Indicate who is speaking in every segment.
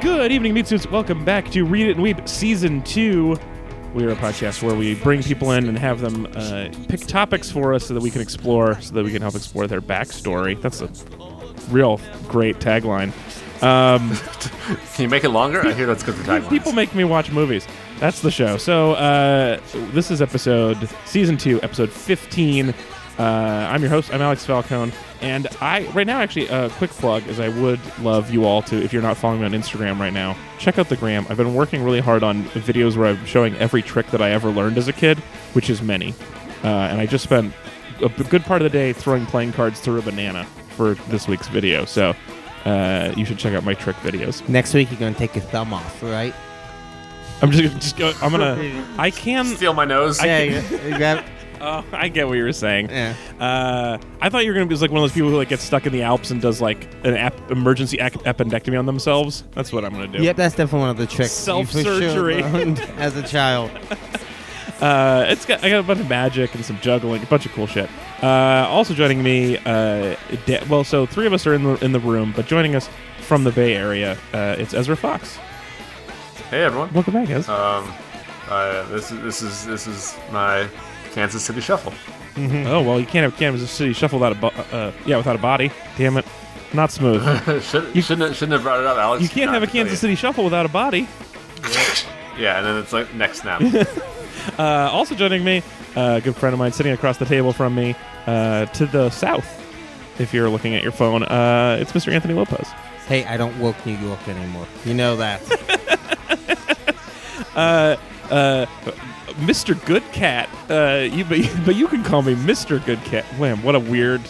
Speaker 1: Good evening, meat suits. Welcome back to Read It and Weep Season 2. We are a podcast where we bring people in and have them uh, pick topics for us so that we can explore, so that we can help explore their backstory. That's a real great tagline. Um,
Speaker 2: Can you make it longer? I hear that's good for time.
Speaker 1: people make me watch movies. That's the show. So uh, this is episode season two, episode fifteen. Uh, I'm your host. I'm Alex Falcone, and I right now actually a quick plug is I would love you all to if you're not following me on Instagram right now, check out the gram. I've been working really hard on videos where I'm showing every trick that I ever learned as a kid, which is many, uh, and I just spent a b- good part of the day throwing playing cards through a banana for this week's video. So. Uh, you should check out my trick videos.
Speaker 3: Next week you're gonna take your thumb off, right?
Speaker 1: I'm just, just go, I'm gonna. I can.
Speaker 2: Steal my nose.
Speaker 3: yeah, you, you got,
Speaker 1: Oh, I get what you were saying.
Speaker 3: yeah.
Speaker 1: Uh, I thought you were gonna be just like one of those people who like gets stuck in the Alps and does like an ap- emergency ac- appendectomy on themselves. That's what I'm gonna do.
Speaker 3: Yep, that's definitely one of the tricks. you for sure
Speaker 1: Self-surgery.
Speaker 3: learned as a child.
Speaker 1: Uh, it's got I got a bunch of magic and some juggling, a bunch of cool shit. Uh, also joining me, uh, de- well, so three of us are in the in the room, but joining us from the Bay Area, uh, it's Ezra Fox.
Speaker 2: Hey everyone.
Speaker 1: Welcome back, Ezra.
Speaker 2: Um, uh, this is this is this is my Kansas City Shuffle.
Speaker 1: Oh well, you can't have Kansas City Shuffle without a bo- uh, yeah without a body. Damn it, not smooth.
Speaker 2: Should, shouldn't shouldn't have brought it up, Alex.
Speaker 1: You can't
Speaker 2: Nah,
Speaker 1: have a
Speaker 2: I can tell
Speaker 1: Kansas
Speaker 2: you.
Speaker 1: City Shuffle without a body.
Speaker 2: Yeah, and then it's like next snap.
Speaker 1: Uh, also joining me, uh, a good friend of mine sitting across the table from me uh, to the south, if you're looking at your phone, uh, it's Mr. Anthony Lopez.
Speaker 3: Hey, I don't work New York anymore. You know that.
Speaker 1: Mr. Uh, Good Cat, uh, you, but, but you can call me Mr. Good Cat. Wham, what a weird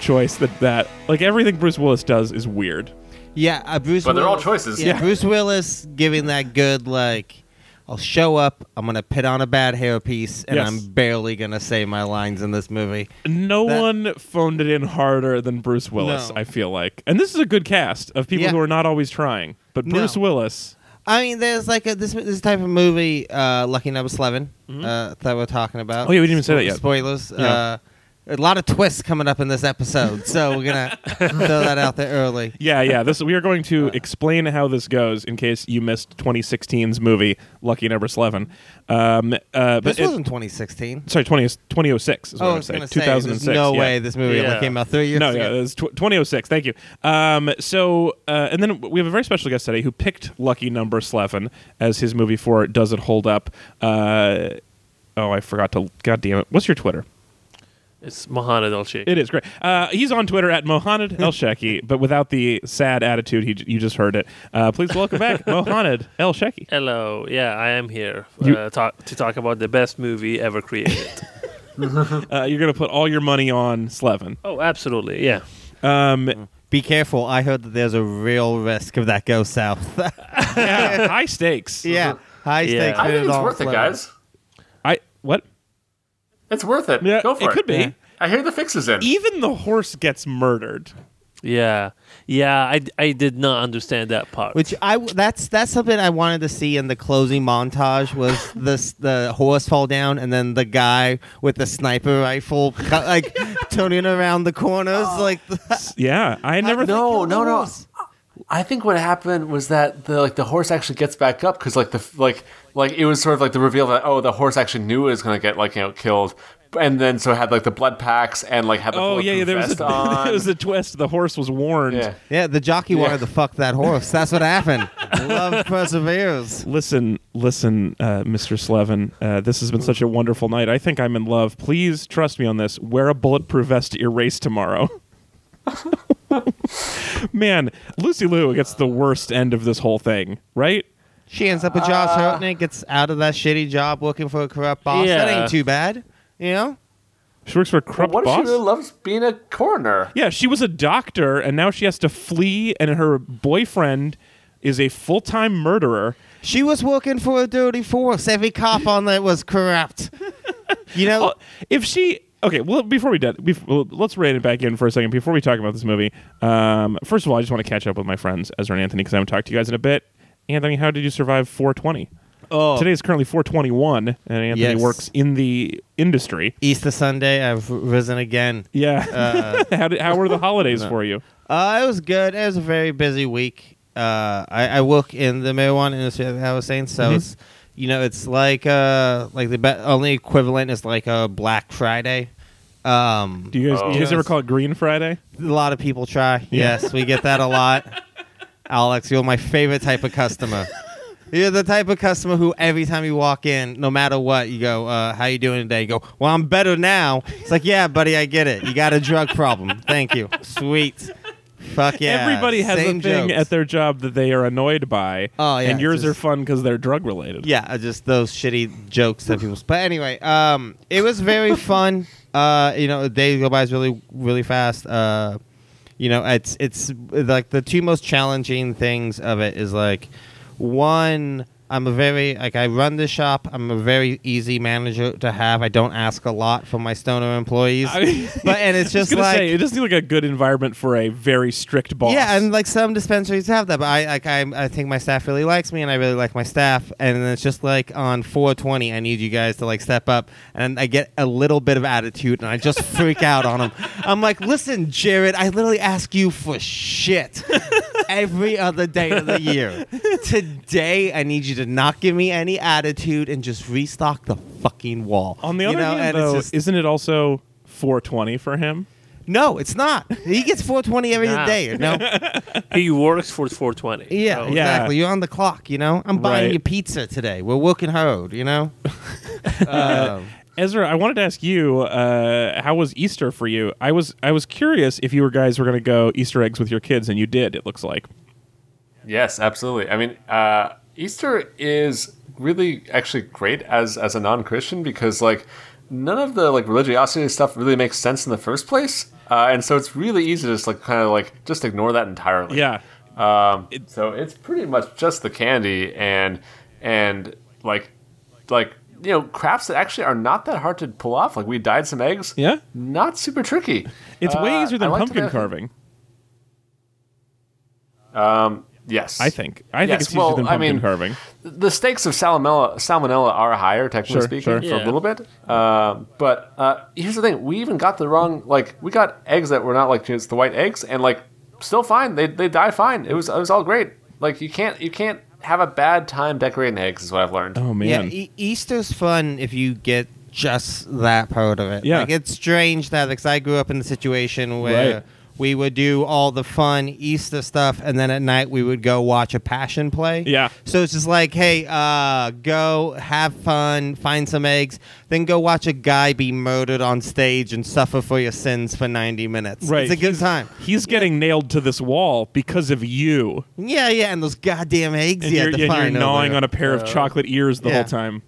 Speaker 1: choice that that. Like everything Bruce Willis does is weird.
Speaker 3: Yeah, uh, Bruce.
Speaker 2: But they're all
Speaker 3: Willis-
Speaker 2: choices.
Speaker 3: Yeah,
Speaker 2: Yeah.
Speaker 3: Bruce Willis giving that good like. I'll show up. I'm gonna put on a bad hairpiece, and
Speaker 1: Yes.
Speaker 3: I'm barely gonna say my lines in this movie.
Speaker 1: No
Speaker 3: That-
Speaker 1: one phoned it in harder than Bruce Willis,
Speaker 3: No.
Speaker 1: I feel like. And this is a good cast of people
Speaker 3: Yeah.
Speaker 1: who are not always trying, but
Speaker 3: No.
Speaker 1: Bruce Willis.
Speaker 3: I mean, there's like a, this this type of movie, uh, Lucky Number 11 uh, that we're talking about.
Speaker 1: Mm-hmm. Oh, yeah, we didn't even say that yet.
Speaker 3: Spoilers.
Speaker 1: Yeah.
Speaker 3: Uh, a lot of twists coming up in this episode, so we're gonna throw that out there early.
Speaker 1: Yeah, yeah. This we are going
Speaker 3: Uh.
Speaker 1: to explain how this goes in case you missed 2016's movie Lucky Number Eleven. Um, uh, but
Speaker 3: This
Speaker 1: it-
Speaker 3: wasn't 2016.
Speaker 1: sorry, 20, is- 2006 is what
Speaker 3: Oh, I
Speaker 1: I'm
Speaker 3: was
Speaker 1: saying.
Speaker 3: gonna say, there's
Speaker 1: 2006.
Speaker 3: no
Speaker 1: yeah.
Speaker 3: way this movie
Speaker 2: Yeah.
Speaker 3: only came out three years
Speaker 1: No, yeah,
Speaker 3: ago.
Speaker 1: it was tw- 2006. Thank you. Um, so, uh, and then we have a very special guest today who picked Lucky Number 11 as his movie for Does It Hold Up? Uh, oh, I forgot to. God damn it. What's your Twitter?
Speaker 4: It's Mahana Dolce.
Speaker 1: It is great. Uh, he's on Twitter at Mohamed El Sheki, but without the sad attitude he, j- you just heard it. Uh, please welcome back Mohamed El Sheki.
Speaker 4: Hello. Yeah, I am here
Speaker 1: You-
Speaker 4: uh, talk, to talk about the best movie ever created.
Speaker 1: Uh, you're going to put all your money on Slevin.
Speaker 4: oh, absolutely. Yeah.
Speaker 1: Um,
Speaker 3: Be careful. I heard that there's a real risk of that goes south.
Speaker 1: yeah, high stakes.
Speaker 3: yeah, high
Speaker 4: Yeah.
Speaker 3: stakes.
Speaker 4: I
Speaker 2: I
Speaker 3: but
Speaker 2: think it's
Speaker 3: all
Speaker 2: worth it,
Speaker 3: flows.
Speaker 2: guys.
Speaker 1: I what?
Speaker 2: It's worth it.
Speaker 1: Yeah,
Speaker 2: Go for it.
Speaker 1: could be.
Speaker 3: Yeah.
Speaker 2: I hear the fix is in.
Speaker 1: Even the horse gets murdered.
Speaker 4: Yeah. Yeah, I, d- I did not understand that part.
Speaker 3: Which I w- that's that's something I wanted to see in the closing montage was this the horse fall down and then the guy with the sniper rifle co- like turning around the corners like
Speaker 1: Yeah, I never.
Speaker 2: no. no.
Speaker 3: Horse.
Speaker 2: I think what happened was that the like the horse actually gets back up because like the like like it was sort of like the reveal that oh the horse actually knew it was gonna get like you know killed and then so it had like the blood packs and like had the
Speaker 1: Oh yeah, yeah.
Speaker 2: bulletproof
Speaker 1: There was
Speaker 2: vest
Speaker 1: a
Speaker 2: on.
Speaker 1: there was a twist. The horse was warned.
Speaker 2: yeah.
Speaker 3: Yeah, the jockey
Speaker 2: Yeah.
Speaker 3: wanted to fuck that horse. That's what happened. Love perseveres.
Speaker 1: Listen, listen, uh, Mr. Slevin. Uh, this has been such a wonderful night. I think I'm in love. Please trust me on this. Wear a bulletproof vest at your race tomorrow. Man, Lucy Liu gets the worst end of this whole thing, right?
Speaker 3: She ends up with Josh Hartnett, gets out of that shitty job working for a corrupt boss. That
Speaker 4: Yeah.
Speaker 3: ain't too bad, you know.
Speaker 1: She works for a
Speaker 2: But
Speaker 1: corrupt
Speaker 2: what if
Speaker 1: boss.
Speaker 2: she really loves being a coroner?
Speaker 1: yeah, she was a doctor, and now she has to flee, and her boyfriend is a full-time murderer.
Speaker 3: She was working for a dirty force. Every cop on there was corrupt. You know,
Speaker 1: Well, Uh, if she okay well before we do bef- well, let's rein it back in for a second before we talk about this movie um, first of all i just want to catch up with my friends ezra and anthony because i haven't talked to you guys in a bit anthony how did you survive 420
Speaker 3: Oh.
Speaker 1: today is currently 421 and anthony
Speaker 3: Yes.
Speaker 1: works in the industry
Speaker 3: Easter Sunday, I've risen again.
Speaker 1: yeah how, did, how were the holidays for you
Speaker 3: Uh, it was good. It was a very busy week. uh, I, I work in the marijuana industry. As I was saying, so it's you know it's like uh like the be- only equivalent is like a Black Friday. Um,
Speaker 1: Do you guys,
Speaker 2: Oh.
Speaker 1: you guys ever
Speaker 3: Yes.
Speaker 1: call it Green Friday?
Speaker 3: a lot of people try. Yes, we get that a lot. Alex, you're my favorite type of customer. You're the type of customer who every time you walk in, no matter what, you go, uh, "How you doing today?" You go, "Well, I'm better now." It's like, "Yeah, buddy, I get it. You got a drug problem. Thank you. Sweet. Fuck yeah."
Speaker 1: Everybody has a
Speaker 3: Same
Speaker 1: thing
Speaker 3: jokes.
Speaker 1: at their job that they are annoyed by.
Speaker 3: Oh, yeah,
Speaker 1: And yours
Speaker 3: just-
Speaker 1: are fun because they're drug related.
Speaker 3: Yeah, uh, just those shitty jokes that people. But anyway, um, it was very fun. Uh, you know, days go by is really really fast. Uh, you know, it's it's like the two most challenging things of it is like one. I'm a very like I run the shop. I'm a very easy manager to have. I don't ask a lot from my stoner employees.
Speaker 1: I-
Speaker 3: but and it's
Speaker 1: I was
Speaker 3: just
Speaker 1: gonna
Speaker 3: like
Speaker 1: say, it doesn't seem like a good environment for a very strict boss.
Speaker 3: yeah, and like some dispensaries have that, but I like I, I think my staff really likes me, and I really like my staff, and then it's just like on 420, I need you guys to like step up, and I get a little bit of attitude, and I just freak out on them. I'm like, listen, Jared, I literally ask you for shit every other day of the year. Today, I need you to not give me any attitude and just restock the fucking wall.
Speaker 1: on the
Speaker 3: You
Speaker 1: other
Speaker 3: know,
Speaker 1: hand,
Speaker 3: and it's
Speaker 1: though,
Speaker 3: just-
Speaker 1: isn't it also 420 for him?
Speaker 3: no, it's not. He gets 420 every
Speaker 4: Nah.
Speaker 3: day. You know.
Speaker 4: He works for 420.
Speaker 3: Yeah,
Speaker 4: so-
Speaker 1: yeah.
Speaker 3: exactly. You're on the clock, you know? I'm buying
Speaker 1: Right.
Speaker 3: you pizza today. We're working hard, you know?
Speaker 1: Uh,
Speaker 3: um,
Speaker 1: Ezra, I wanted to ask you, uh, how was Easter for you? I was I was curious if you were guys were going to go Easter eggs with your kids, and you did. It looks like.
Speaker 2: Yes, absolutely. I mean, uh, Easter is really actually great as as a non Christian because like none of the like religiosity stuff really makes sense in the first place, uh, and so it's really easy to just like kind of like just ignore that entirely.
Speaker 1: Yeah.
Speaker 2: Um, so it's pretty much just the candy and and like like you know crafts that actually are not that hard to pull off. Like we dyed some eggs.
Speaker 1: Yeah?
Speaker 2: Not super tricky.
Speaker 1: It's way
Speaker 2: Uh,
Speaker 1: easier
Speaker 2: I
Speaker 1: than
Speaker 2: like to
Speaker 1: pumpkin
Speaker 2: make-
Speaker 1: carving.
Speaker 2: Yes,
Speaker 1: I think. I think
Speaker 2: Yes,
Speaker 1: it's easier
Speaker 2: well,
Speaker 1: than
Speaker 2: I
Speaker 1: pumpkin
Speaker 2: mean,
Speaker 1: carving.
Speaker 2: the stakes of salmonella, salmonella are higher, technically
Speaker 1: Sure, sure.
Speaker 2: speaking, for a
Speaker 4: Yeah.
Speaker 2: little bit. Um, but uh, here's the thing: we even got the wrong like we got eggs that were not like just the white eggs, and like still fine. They they die fine. It was it was all great. Like you can't you can't have a bad time decorating eggs is what I've learned.
Speaker 1: Oh
Speaker 3: yeah,
Speaker 1: man.
Speaker 3: e- Easter's fun if you get just that part of it.
Speaker 1: Yeah.
Speaker 3: Like, it's strange that, because I grew up in the situation where.
Speaker 1: Right.
Speaker 3: We would do all the fun Easter stuff, and then at night we would go watch a passion play.
Speaker 1: Yeah.
Speaker 3: So it's just like, hey, uh, go have fun, find some eggs, then go watch a guy be murdered on stage and suffer for your sins for 90 minutes.
Speaker 1: Right.
Speaker 3: It's a good time.
Speaker 1: He's getting nailed to this wall because of you.
Speaker 3: Yeah, yeah, and those goddamn eggs
Speaker 1: and
Speaker 3: you
Speaker 1: you're,
Speaker 3: had to
Speaker 1: and you're
Speaker 3: find over
Speaker 1: gnawing
Speaker 3: there.
Speaker 1: on a pair of chocolate ears the
Speaker 3: Yeah.
Speaker 1: whole time.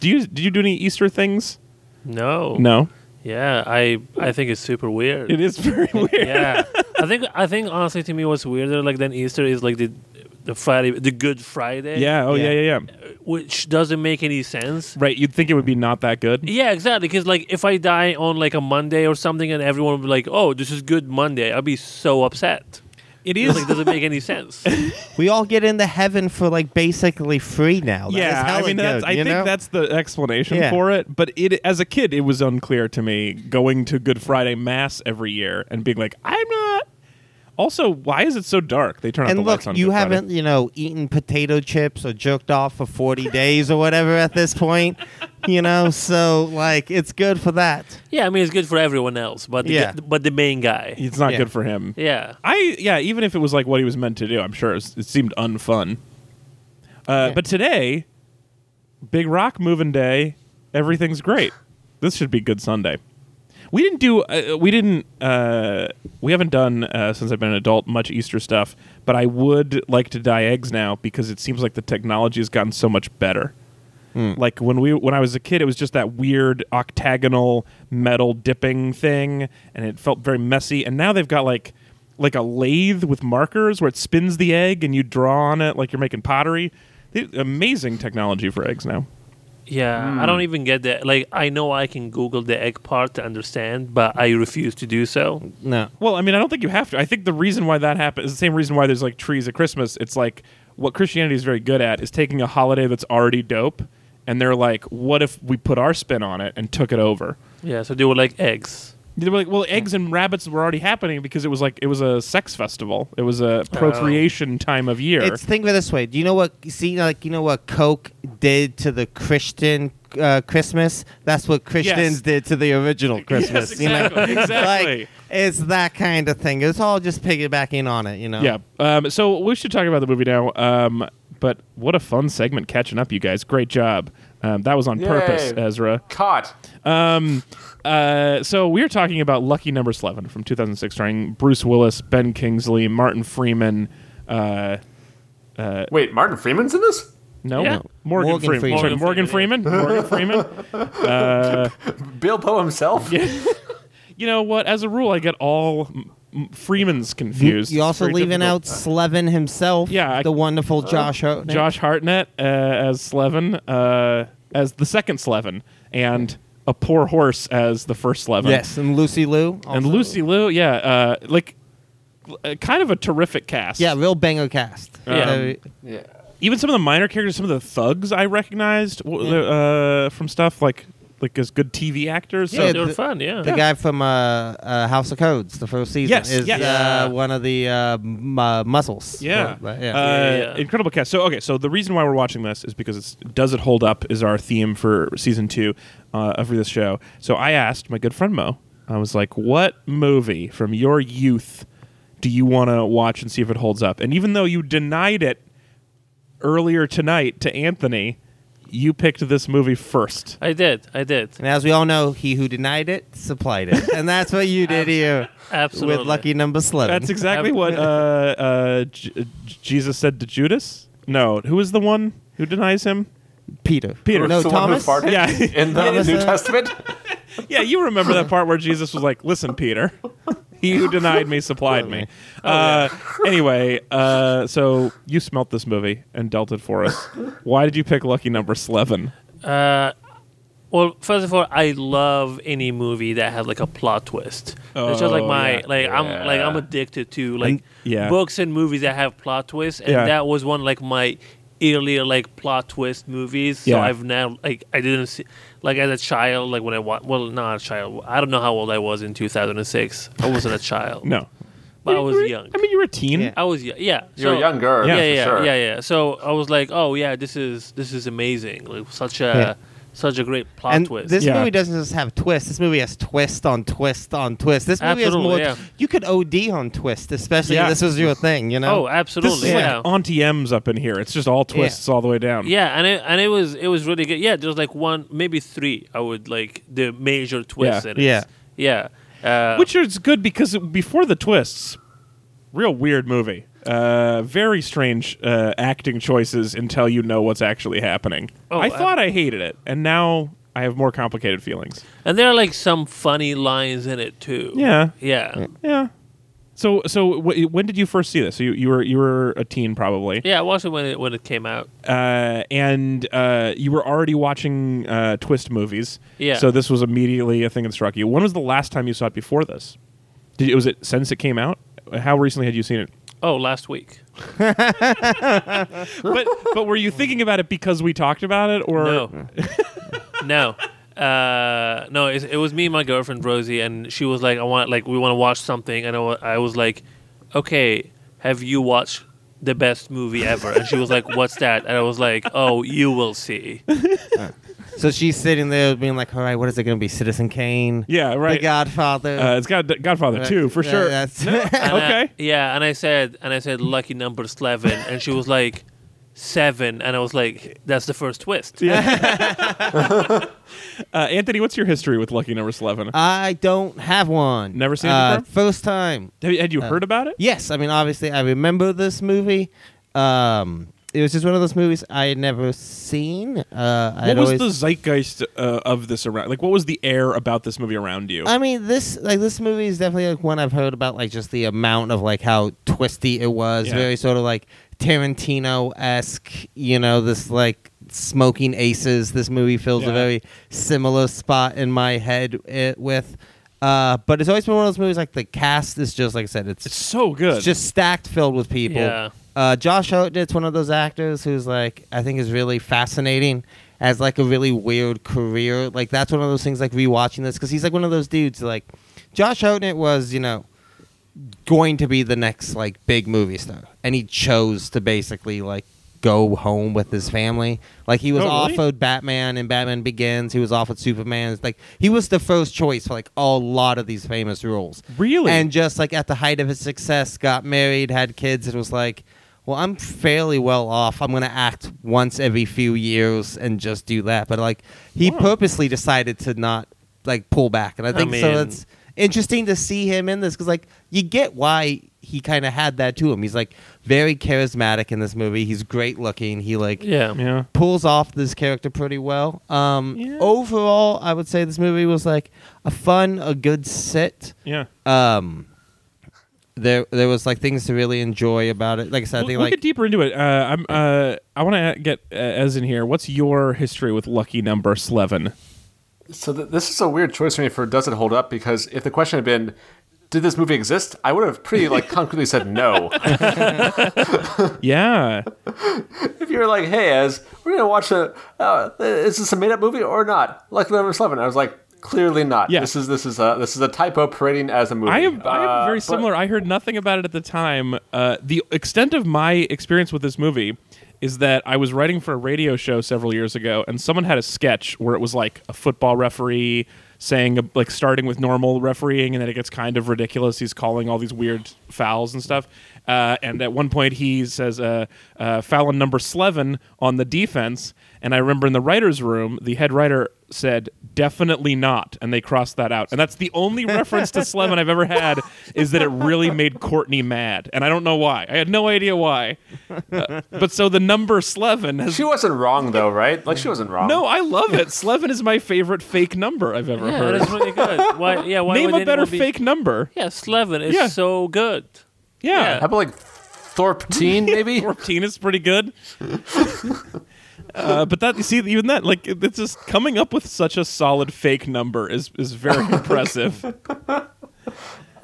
Speaker 1: Do you did you do any Easter things?
Speaker 4: No.
Speaker 1: No,
Speaker 4: Yeah, I I think it's super weird.
Speaker 1: it is very weird.
Speaker 4: yeah, I think I think honestly to me what's weirder like than Easter is like the the Friday the Good Friday.
Speaker 1: Yeah. Oh yeah.
Speaker 3: Yeah.
Speaker 1: Yeah. Yeah.
Speaker 4: which doesn't make any sense.
Speaker 1: Right. You'd think it would be not that good.
Speaker 4: Yeah, exactly. Because like if I die on like a Monday or something, and everyone would be like, "Oh, this is Good Monday," I'd be so upset.
Speaker 1: It
Speaker 4: It's like doesn't make any sense.
Speaker 3: We all get into heaven for like basically free now. That is
Speaker 1: yeah, I
Speaker 3: hella
Speaker 1: mean, that's,
Speaker 3: good,
Speaker 1: I
Speaker 3: you
Speaker 1: think
Speaker 3: know?
Speaker 1: that's the explanation
Speaker 3: Yeah.
Speaker 1: for it. But it, as a kid, it was unclear to me going to Good Friday Mass every year and being like, I'm not. Also, why is it so dark? They turn out
Speaker 3: And
Speaker 1: the
Speaker 3: look,
Speaker 1: lights on.
Speaker 3: you
Speaker 1: Good Friday.
Speaker 3: haven't, you know, eaten potato chips or jerked off for forty days or whatever at this point, you know. So like, it's good for that.
Speaker 4: yeah, I mean it's good for everyone else, but the,
Speaker 3: Yeah.
Speaker 4: but the main guy.
Speaker 1: It's not
Speaker 3: Yeah.
Speaker 1: good for him.
Speaker 4: Yeah.
Speaker 1: I yeah, even if it was like what he was meant to do, I'm sure it, was, it seemed unfun. Uh,
Speaker 3: Yeah.
Speaker 1: But today, Big Rock moving day, everything's great. This should be good Sunday. We didn't do uh, we didn't uh, we haven't done uh, since I've been an adult much Easter stuff, but I would like to dye eggs now because it seems like the technology has gotten so much better. Mm. Like when we when I was a kid, it was just that weird octagonal metal dipping thing, and it felt very messy. And now they've got like like a lathe with markers where it spins the egg and you draw on it like you're making pottery. They- amazing technology for eggs now.
Speaker 4: Yeah, I don't
Speaker 3: Mm.
Speaker 4: even get that. Like, I know I can Google the egg part to understand, but I refuse to do so.
Speaker 3: No,
Speaker 1: Well, I mean, I don't think you have to. I think the reason why that happens is the same reason why there's like trees at Christmas. It's like what Christianity is very good at is taking a holiday that's already dope, and they're like, what if we put our spin on it and took it over?
Speaker 4: Yeah, so they were like eggs.
Speaker 1: They were like, well, eggs and rabbits were already happening because it was like it was a sex festival. It was a procreation time of year.
Speaker 3: It's think of it this way. Do you know what? See, like you know what Coke did to the Christian uh, Christmas. That's what Christians
Speaker 1: Yes.
Speaker 3: did to the original Christmas.
Speaker 1: exactly,
Speaker 3: You know,
Speaker 1: exactly.
Speaker 3: Like, it's that kind of thing. It's all just piggybacking on it. You know.
Speaker 1: yeah. Um, so we should talk about the movie now. Um, but what a fun segment catching up, you guys. Great job. Um, that was on purpose,
Speaker 2: Yay.
Speaker 1: Ezra.
Speaker 2: Caught.
Speaker 1: Um, uh, so we are talking about Lucky Number Eleven from 2006, starring Bruce Willis, Ben Kingsley, Martin Freeman. Uh,
Speaker 2: Wait, Martin Freeman's in this?
Speaker 1: no,
Speaker 4: Yeah.
Speaker 1: Morgan,
Speaker 3: Morgan
Speaker 1: Freeman.
Speaker 3: Freeman.
Speaker 1: Sorry, Morgan
Speaker 4: Morgan
Speaker 1: Freeman. Morgan Freeman.
Speaker 2: Bill Poe himself?
Speaker 1: You know what? As a rule, I get all m- m- Freemans confused.
Speaker 3: You
Speaker 1: It's
Speaker 3: also
Speaker 1: very
Speaker 3: leaving
Speaker 1: difficult.
Speaker 3: out Slevin himself.
Speaker 1: Yeah, I-
Speaker 3: the wonderful Josh. Ho-
Speaker 1: Josh Hartnett uh, as Slevin, uh, as the second Slevin, and a poor horse as the first Slevin.
Speaker 3: Yes, and Lucy Liu.
Speaker 1: and
Speaker 3: also.
Speaker 1: Lucy Liu, yeah, uh, like uh, kind of a terrific cast.
Speaker 3: Yeah, real banger cast.
Speaker 1: Yeah.
Speaker 3: So-
Speaker 2: yeah.
Speaker 1: even some of the minor characters, some of the thugs I recognized w- uh, from stuff like like as good TV actors.
Speaker 4: Yeah,
Speaker 1: So
Speaker 3: Yeah,
Speaker 4: they were
Speaker 3: the-
Speaker 4: fun. Yeah.
Speaker 3: The guy from uh, uh, House of Codes, the first season,
Speaker 1: Yes,
Speaker 3: is
Speaker 1: yes.
Speaker 3: Uh, one of the uh, m- uh, muscles.
Speaker 1: Yeah.
Speaker 3: Well,
Speaker 1: Uh,
Speaker 3: yeah.
Speaker 4: yeah.
Speaker 1: Incredible cast. So, okay, so the reason why we're watching this is because it's Does It Hold Up is our theme for season two uh, of this show. So I asked my good friend Mo, I was like, what movie from your youth do you want to watch and see if it holds up? And even though you denied it earlier tonight to Anthony, you picked this movie first.
Speaker 4: I did. I did.
Speaker 3: and as we all know, he who denied it supplied it, and that's what you did here
Speaker 4: Absolutely.
Speaker 3: with Lucky Number Eleven.
Speaker 1: That's exactly what uh, uh, J- uh, Jesus said to Judas. No, who is the one who denies him?
Speaker 3: Peter.
Speaker 1: Peter.
Speaker 3: No,
Speaker 2: the
Speaker 3: Thomas.
Speaker 2: One who farted
Speaker 1: Yeah.
Speaker 2: In the
Speaker 3: Thomas,
Speaker 2: New
Speaker 3: uh,
Speaker 2: Testament?
Speaker 1: Yeah, you remember that part where Jesus was like, "Listen, Peter, he who denied me supplied me." Uh, anyway, uh, so you smelt this movie and dealt it for us. Why did you pick lucky number eleven?
Speaker 4: Uh, well, first of all, I love any movie that has like a plot twist. it's just like
Speaker 1: Oh,
Speaker 4: my
Speaker 1: yeah.
Speaker 4: like I'm like I'm
Speaker 2: Yeah.
Speaker 4: addicted to like
Speaker 1: yeah.
Speaker 4: books and movies that have plot twists, and
Speaker 1: Yeah.
Speaker 4: that was one like my earlier like plot twist movies. So
Speaker 1: Yeah.
Speaker 4: I've now like I didn't see like as a child like when I wa- well not a child I don't know how old I was in 2006. I wasn't a child.
Speaker 1: No,
Speaker 4: but I was
Speaker 1: You were-
Speaker 4: young.
Speaker 1: I mean, you were a teen.
Speaker 3: Yeah.
Speaker 4: I was y- yeah.
Speaker 2: You're a young girl,
Speaker 4: Yeah,
Speaker 2: for
Speaker 4: yeah,
Speaker 2: sure.
Speaker 4: yeah, yeah. So I was like, oh yeah, this is this is amazing. Like such a
Speaker 3: Yeah.
Speaker 4: such a great plot
Speaker 3: And
Speaker 4: twist.
Speaker 3: this
Speaker 1: Yeah.
Speaker 3: movie doesn't just have twists. This movie has twist on twist on twist. This movie
Speaker 4: Absolutely,
Speaker 3: has more.
Speaker 4: yeah.
Speaker 3: You could OD on twist, especially
Speaker 1: Yeah.
Speaker 3: if this was your thing. You know.
Speaker 4: oh,
Speaker 1: This is
Speaker 4: absolutely.
Speaker 1: yeah.
Speaker 4: Yeah.
Speaker 1: like Auntie M's up in here. It's just all twists all the way down.
Speaker 4: yeah, and it and it was it was really good. Yeah, there's like one, maybe three. I would like the major twists
Speaker 1: Yeah.
Speaker 4: in it.
Speaker 3: Yeah.
Speaker 4: yeah. Uh,
Speaker 1: which is good because it- before the twists, real weird movie. Uh, very strange uh, acting choices until you know what's actually happening.
Speaker 4: Oh,
Speaker 1: I
Speaker 4: I-
Speaker 1: thought I hated it, and now I have more complicated feelings.
Speaker 4: and there are like some funny lines in it too.
Speaker 1: Yeah.
Speaker 4: yeah,
Speaker 1: Yeah. So so w- when did you first see this? So you, you were you were a teen probably,
Speaker 4: yeah. I watched it when it when it came out.
Speaker 1: uh, and uh, you were already watching uh, twist movies.
Speaker 4: Yeah.
Speaker 1: So this was immediately a thing that struck you. When was the last time you saw it before this? Did you, was it since it came out? How recently had you seen it?
Speaker 4: Oh, last week.
Speaker 1: but but were you thinking about it because we talked about it or
Speaker 4: No. no. Uh, no, it, it was me and my girlfriend Rosie, and she was like, "I want like we want to watch something," and I wa- I was like, "Okay, have you watched the best movie ever?" And she was like, "What's that?" And I was like, "Oh, you will see."
Speaker 3: So she's sitting there being like, "All right, what is it going to be? Citizen Kane?
Speaker 1: Yeah, right.
Speaker 3: The Godfather.
Speaker 1: Uh, it's God, Godfather too for
Speaker 3: Yeah,
Speaker 1: sure.
Speaker 3: that's-
Speaker 4: And I-
Speaker 1: okay.
Speaker 4: yeah, and I said, and I said, "Lucky number eleven," and she was like, seven, and I was like, "That's the first twist."
Speaker 1: Uh, Anthony, what's your history with Lucky Number Eleven?
Speaker 3: I don't have one.
Speaker 1: Never seen it
Speaker 3: Uh,
Speaker 1: before?
Speaker 3: First time.
Speaker 1: Have you- had
Speaker 3: uh,
Speaker 1: you heard about it?
Speaker 3: Yes, I mean obviously I remember this movie. Um, it was just one of those movies I had never seen. Uh,
Speaker 1: What
Speaker 3: I'd
Speaker 1: was
Speaker 3: always,
Speaker 1: the zeitgeist uh, of this around? Like, what was the air about this movie around you?
Speaker 3: I mean this like this movie is definitely like one I've heard about like just the amount of like how twisty it was.
Speaker 1: Yeah.
Speaker 3: Very sort of like Tarantino esque. You know this like smoking aces. This movie fills
Speaker 1: Yeah.
Speaker 3: a very similar spot in my head it, with. Uh, but it's always been one of those movies like the cast is just like I said
Speaker 1: it's so good.
Speaker 3: It's just stacked filled with people.
Speaker 4: Yeah.
Speaker 3: Uh, Josh Hartnett's one of those actors who's like I think is really fascinating, as like a really weird career. Like that's one of those things. Like rewatching this because he's like one of those dudes. Like Josh Hartnett was, you know, going to be the next like big movie star, and he chose to basically like go home with his family. Like he
Speaker 1: Oh,
Speaker 3: was
Speaker 1: really?
Speaker 3: offered Batman and Batman Begins. He was offered Superman. It's Like he was the first choice for like a lot of these famous roles.
Speaker 1: Really?
Speaker 3: And just like at the height of his success, got married, had kids. It was like, well, I'm fairly well off. I'm gonna act once every few years and just do that. But like he
Speaker 1: Wow.
Speaker 3: purposely decided to not like pull back, and I think
Speaker 4: mean-
Speaker 3: so. That's interesting to see him in this because like you get why he kind of had that to him. He's like very charismatic in this movie. He's great looking. He like
Speaker 4: Yeah.
Speaker 1: Yeah.
Speaker 3: pulls off this character pretty well. Um,
Speaker 1: Yeah.
Speaker 3: Overall, I would say this movie was like a fun, a good sit.
Speaker 1: Yeah.
Speaker 3: Um, there, there was like things to really enjoy about it. Like I said, I
Speaker 1: we'll,
Speaker 3: think
Speaker 1: we'll
Speaker 3: like
Speaker 1: get deeper into it. Uh, I'm. Uh, I want to get uh, Ez in here. What's your history with lucky number eleven?
Speaker 2: So th- this is a weird choice for me for does it hold up because if the question had been did this movie exist, I would have pretty like concretely said no.
Speaker 1: Yeah.
Speaker 2: if you were like, "Hey, as we're gonna watch a uh, is this a made up movie or not?" Lucky Number Eleven, I was like, "Clearly not.
Speaker 1: Yeah.
Speaker 2: This is this is a this is a typo parading as a movie."
Speaker 1: I am, I am
Speaker 2: Uh,
Speaker 1: very
Speaker 2: but-
Speaker 1: similar. I heard nothing about it at the time. Uh, the extent of my experience with this movie is that I was writing for a radio show several years ago, and someone had a sketch where it was like a football referee saying, like, starting with normal refereeing, and then it gets kind of ridiculous. He's calling all these weird fouls and stuff. Uh, and at one point, he says, uh, uh, foul on number 11 on the defense. And I remember in the writer's room, the head writer said definitely not and they crossed that out and that's the only reference to slevin i've ever had is that it really made courtney mad and i don't know why i had no idea why Uh, but so the number slevin has
Speaker 2: She wasn't wrong though, right? Like she wasn't wrong.
Speaker 1: no i love it slevin is my favorite fake number i've ever
Speaker 4: Yeah,
Speaker 1: heard
Speaker 4: that's really good. Why? Yeah. Why
Speaker 1: name
Speaker 4: would
Speaker 1: a better
Speaker 4: anyone be-
Speaker 1: fake number
Speaker 4: Yeah, Slevin is
Speaker 1: Yeah.
Speaker 4: so good.
Speaker 1: yeah,
Speaker 2: How about like Thorpteen maybe?
Speaker 1: 14 is pretty good Uh, but that you see even that like it- it's just coming up with such a solid fake number is is very impressive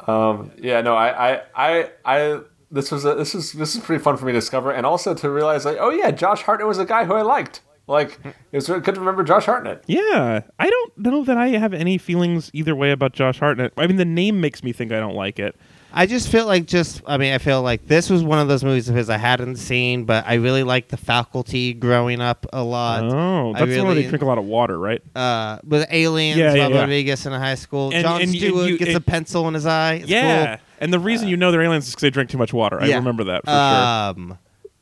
Speaker 2: yeah, no, I, I, I, I this was a, this is this is pretty fun for me to discover, and also to realize like, oh yeah, Josh Hartnett was a guy who I liked. Like it was really good to remember Josh Hartnett.
Speaker 1: Yeah, I don't know that I have any feelings either way about Josh Hartnett. I mean, the name makes me think I don't like it.
Speaker 3: I just feel like just I mean I feel like this was one of those movies of his I hadn't seen, but I really liked the faculty growing up a lot.
Speaker 1: Oh,
Speaker 3: I
Speaker 1: that's the one where
Speaker 3: really-
Speaker 1: they drink a lot of water, right?
Speaker 3: uh, with aliens,
Speaker 1: Yeah, yeah,
Speaker 3: Robert
Speaker 1: yeah.
Speaker 3: Rodriguez in high school.
Speaker 1: And-
Speaker 3: John
Speaker 1: and you-
Speaker 3: Stewart
Speaker 1: you-
Speaker 3: gets a
Speaker 1: it-
Speaker 3: pencil in his eye. It's
Speaker 1: yeah, and the reason you know they're aliens is because they drink too much water. I
Speaker 3: Uh, Yeah.
Speaker 1: remember that for
Speaker 3: cool. Um,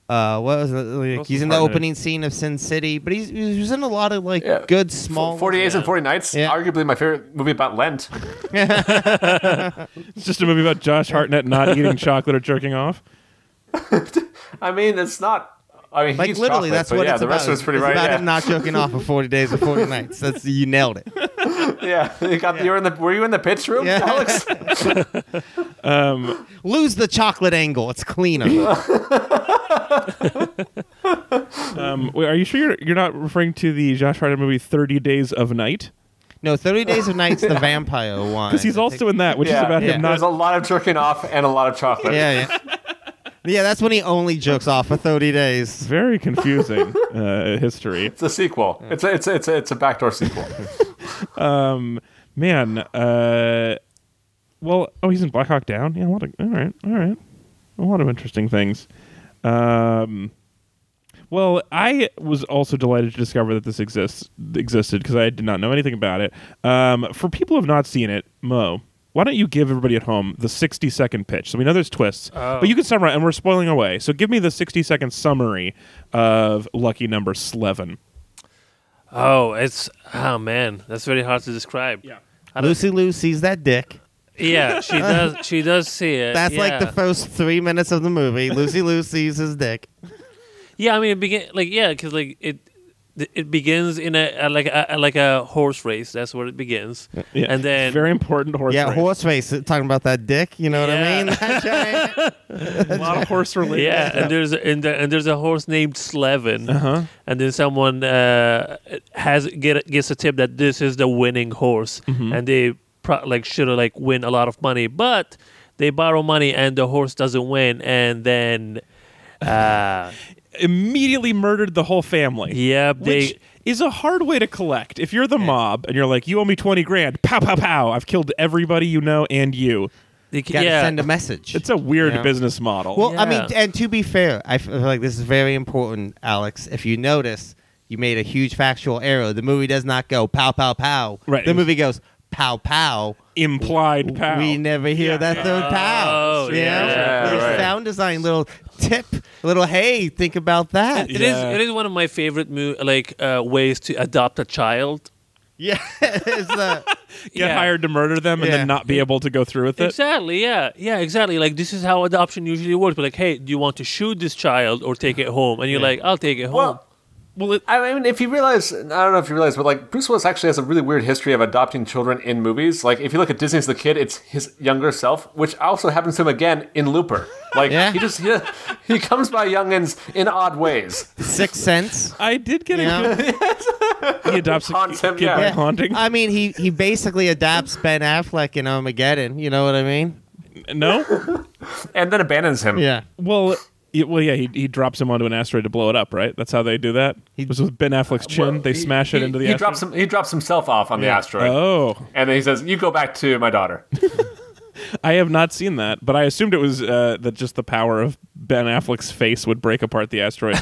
Speaker 3: uh, what was it? Like, he's in the
Speaker 1: Hartnett.
Speaker 3: opening scene of Sin City, but he's he was in a lot of like
Speaker 2: Yeah.
Speaker 3: good small.
Speaker 2: Forty Days and
Speaker 4: Yeah.
Speaker 2: Forty Nights,
Speaker 3: Yeah.
Speaker 2: arguably my favorite movie about Lent.
Speaker 1: sure. It's just a movie about Josh Hartnett not eating chocolate or jerking off.
Speaker 2: I mean, it's not. I mean,
Speaker 3: like
Speaker 2: he's
Speaker 3: literally,
Speaker 2: chocolate,
Speaker 3: that's
Speaker 2: but
Speaker 3: what
Speaker 2: yeah,
Speaker 3: it's
Speaker 2: the
Speaker 3: about.
Speaker 2: rest of it's pretty
Speaker 3: it's
Speaker 2: right.
Speaker 3: about
Speaker 2: yeah.
Speaker 3: him not joking off for forty days or forty nights. That's you nailed it.
Speaker 2: Yeah, you got. You were in the. Were you in the pitch room,
Speaker 3: Yeah.
Speaker 2: Alex?
Speaker 3: Lose the chocolate angle. It's cleaner.
Speaker 1: Um, wait, are you sure you're, you're not referring to the Josh Hartnett movie Thirty Days of Night?
Speaker 3: no, thirty days of nights. The vampire one.
Speaker 1: Because he's also in that, which
Speaker 2: Yeah.
Speaker 1: is about
Speaker 3: Yeah.
Speaker 1: him
Speaker 2: There's a
Speaker 1: not.
Speaker 2: lot of jerking off and a lot of chocolate.
Speaker 3: Yeah, yeah. Yeah, that's when he only jokes off for 30 days.
Speaker 1: Very confusing uh, history.
Speaker 2: It's a sequel. It's a, it's a, it's a, it's a backdoor sequel.
Speaker 1: Man, uh, well, oh, he's in Black Hawk Down. Yeah, a lot of all right, all right, a lot of interesting things. Um, well, I was also delighted to discover that this exists existed because I did not know anything about it. Um, for people who have not seen it, Mo, why don't you give everybody at home the sixty second pitch? So we know there's twists, but you can summarize, and we're spoiling away. So give me the sixty second summary of Lucky Number Eleven.
Speaker 4: Oh, it's oh man, that's very hard to describe. Yeah,
Speaker 3: Lucy Lou sees that dick.
Speaker 4: yeah, she does. She does see it.
Speaker 3: That's like the
Speaker 4: yeah.
Speaker 3: first three minutes of the movie. Lucy Lou sees his dick.
Speaker 4: Yeah, I mean, it begin like yeah, because like it, th- it begins in a, a like a a- like a horse race. That's where it begins,
Speaker 1: Yeah,
Speaker 4: and then
Speaker 1: very important horse.
Speaker 3: yeah,
Speaker 1: race.
Speaker 3: horse face. Talking about that dick. You know
Speaker 4: Yeah.
Speaker 3: what I mean? That giant-
Speaker 1: a lot of horse related.
Speaker 4: yeah, and there's and, there, and there's a horse named Slevin,
Speaker 1: Uh-huh.
Speaker 4: and then someone uh, has get gets a tip that this is the winning horse,
Speaker 1: Mm-hmm.
Speaker 4: and they pro- like should like win a lot of money, but they borrow money and the horse doesn't win, and then uh,
Speaker 1: immediately murdered the whole family.
Speaker 4: yeah, they
Speaker 1: Which is a hard way to collect. If you're the mob and you're like, you owe me twenty grand, pow pow pow, I've killed everybody you know and you.
Speaker 4: They ca-
Speaker 3: Gotta
Speaker 4: yeah.
Speaker 3: send a message.
Speaker 1: It's a weird
Speaker 3: Yeah.
Speaker 1: business model.
Speaker 3: Well, I mean,
Speaker 4: Yeah.
Speaker 3: and to be fair, I feel like this is very important, Alex. If you notice, you made a huge factual error. The movie does not go pow pow pow.
Speaker 1: Right.
Speaker 3: The movie goes pow pow.
Speaker 1: implied pow.
Speaker 3: We never hear that third pow.
Speaker 4: Oh,
Speaker 3: you know?
Speaker 4: yeah.
Speaker 2: Yeah,
Speaker 3: Little
Speaker 2: right.
Speaker 3: sound design, little tip, little hey, think about that.
Speaker 4: It is.
Speaker 1: Yeah.
Speaker 4: It is one of my favorite mo- like uh, ways to adopt a child.
Speaker 3: Yeah, it's uh,
Speaker 1: Get
Speaker 4: Yeah.
Speaker 1: hired to murder them and
Speaker 3: Yeah.
Speaker 1: then not be able to go through with it.
Speaker 4: Exactly. Yeah. Yeah. Exactly. Like this is how adoption usually works. But like, hey, do you want to shoot this child or take it home? And you're like, I'll take it home.
Speaker 2: Well,
Speaker 1: Well, it,
Speaker 2: I mean, if you realize, I don't know if you realize, but like Bruce Willis actually has a really weird history of adopting children in movies. Like, if you look at Disney's The Kid, it's his younger self, which also happens to him again in Looper. Like,
Speaker 3: Yeah.
Speaker 2: he just he, he comes by youngins in odd ways.
Speaker 3: Sixth Sense.
Speaker 1: I did get
Speaker 3: Yeah.
Speaker 1: a good. he adopts a
Speaker 2: Haunts him,
Speaker 1: kid
Speaker 2: yeah.
Speaker 1: by
Speaker 2: Yeah.
Speaker 1: haunting.
Speaker 3: I mean, he, he basically adopts Ben Affleck in Armageddon. You know what I mean?
Speaker 1: no.
Speaker 2: and then abandons him.
Speaker 3: Yeah.
Speaker 1: Well. It, well, yeah, he, he drops him onto an asteroid to blow it up, right? That's how they do that. It was with Ben Affleck's chin. they
Speaker 2: Uh, He-
Speaker 1: smash it
Speaker 2: he-
Speaker 1: into the
Speaker 2: he
Speaker 1: asteroid.
Speaker 2: drops him. He drops himself off on the asteroid,
Speaker 1: oh,
Speaker 2: and then he says, "You go back to my daughter."
Speaker 1: I have not seen that, but I assumed it was uh, that just the power of Ben Affleck's face would break apart the asteroid.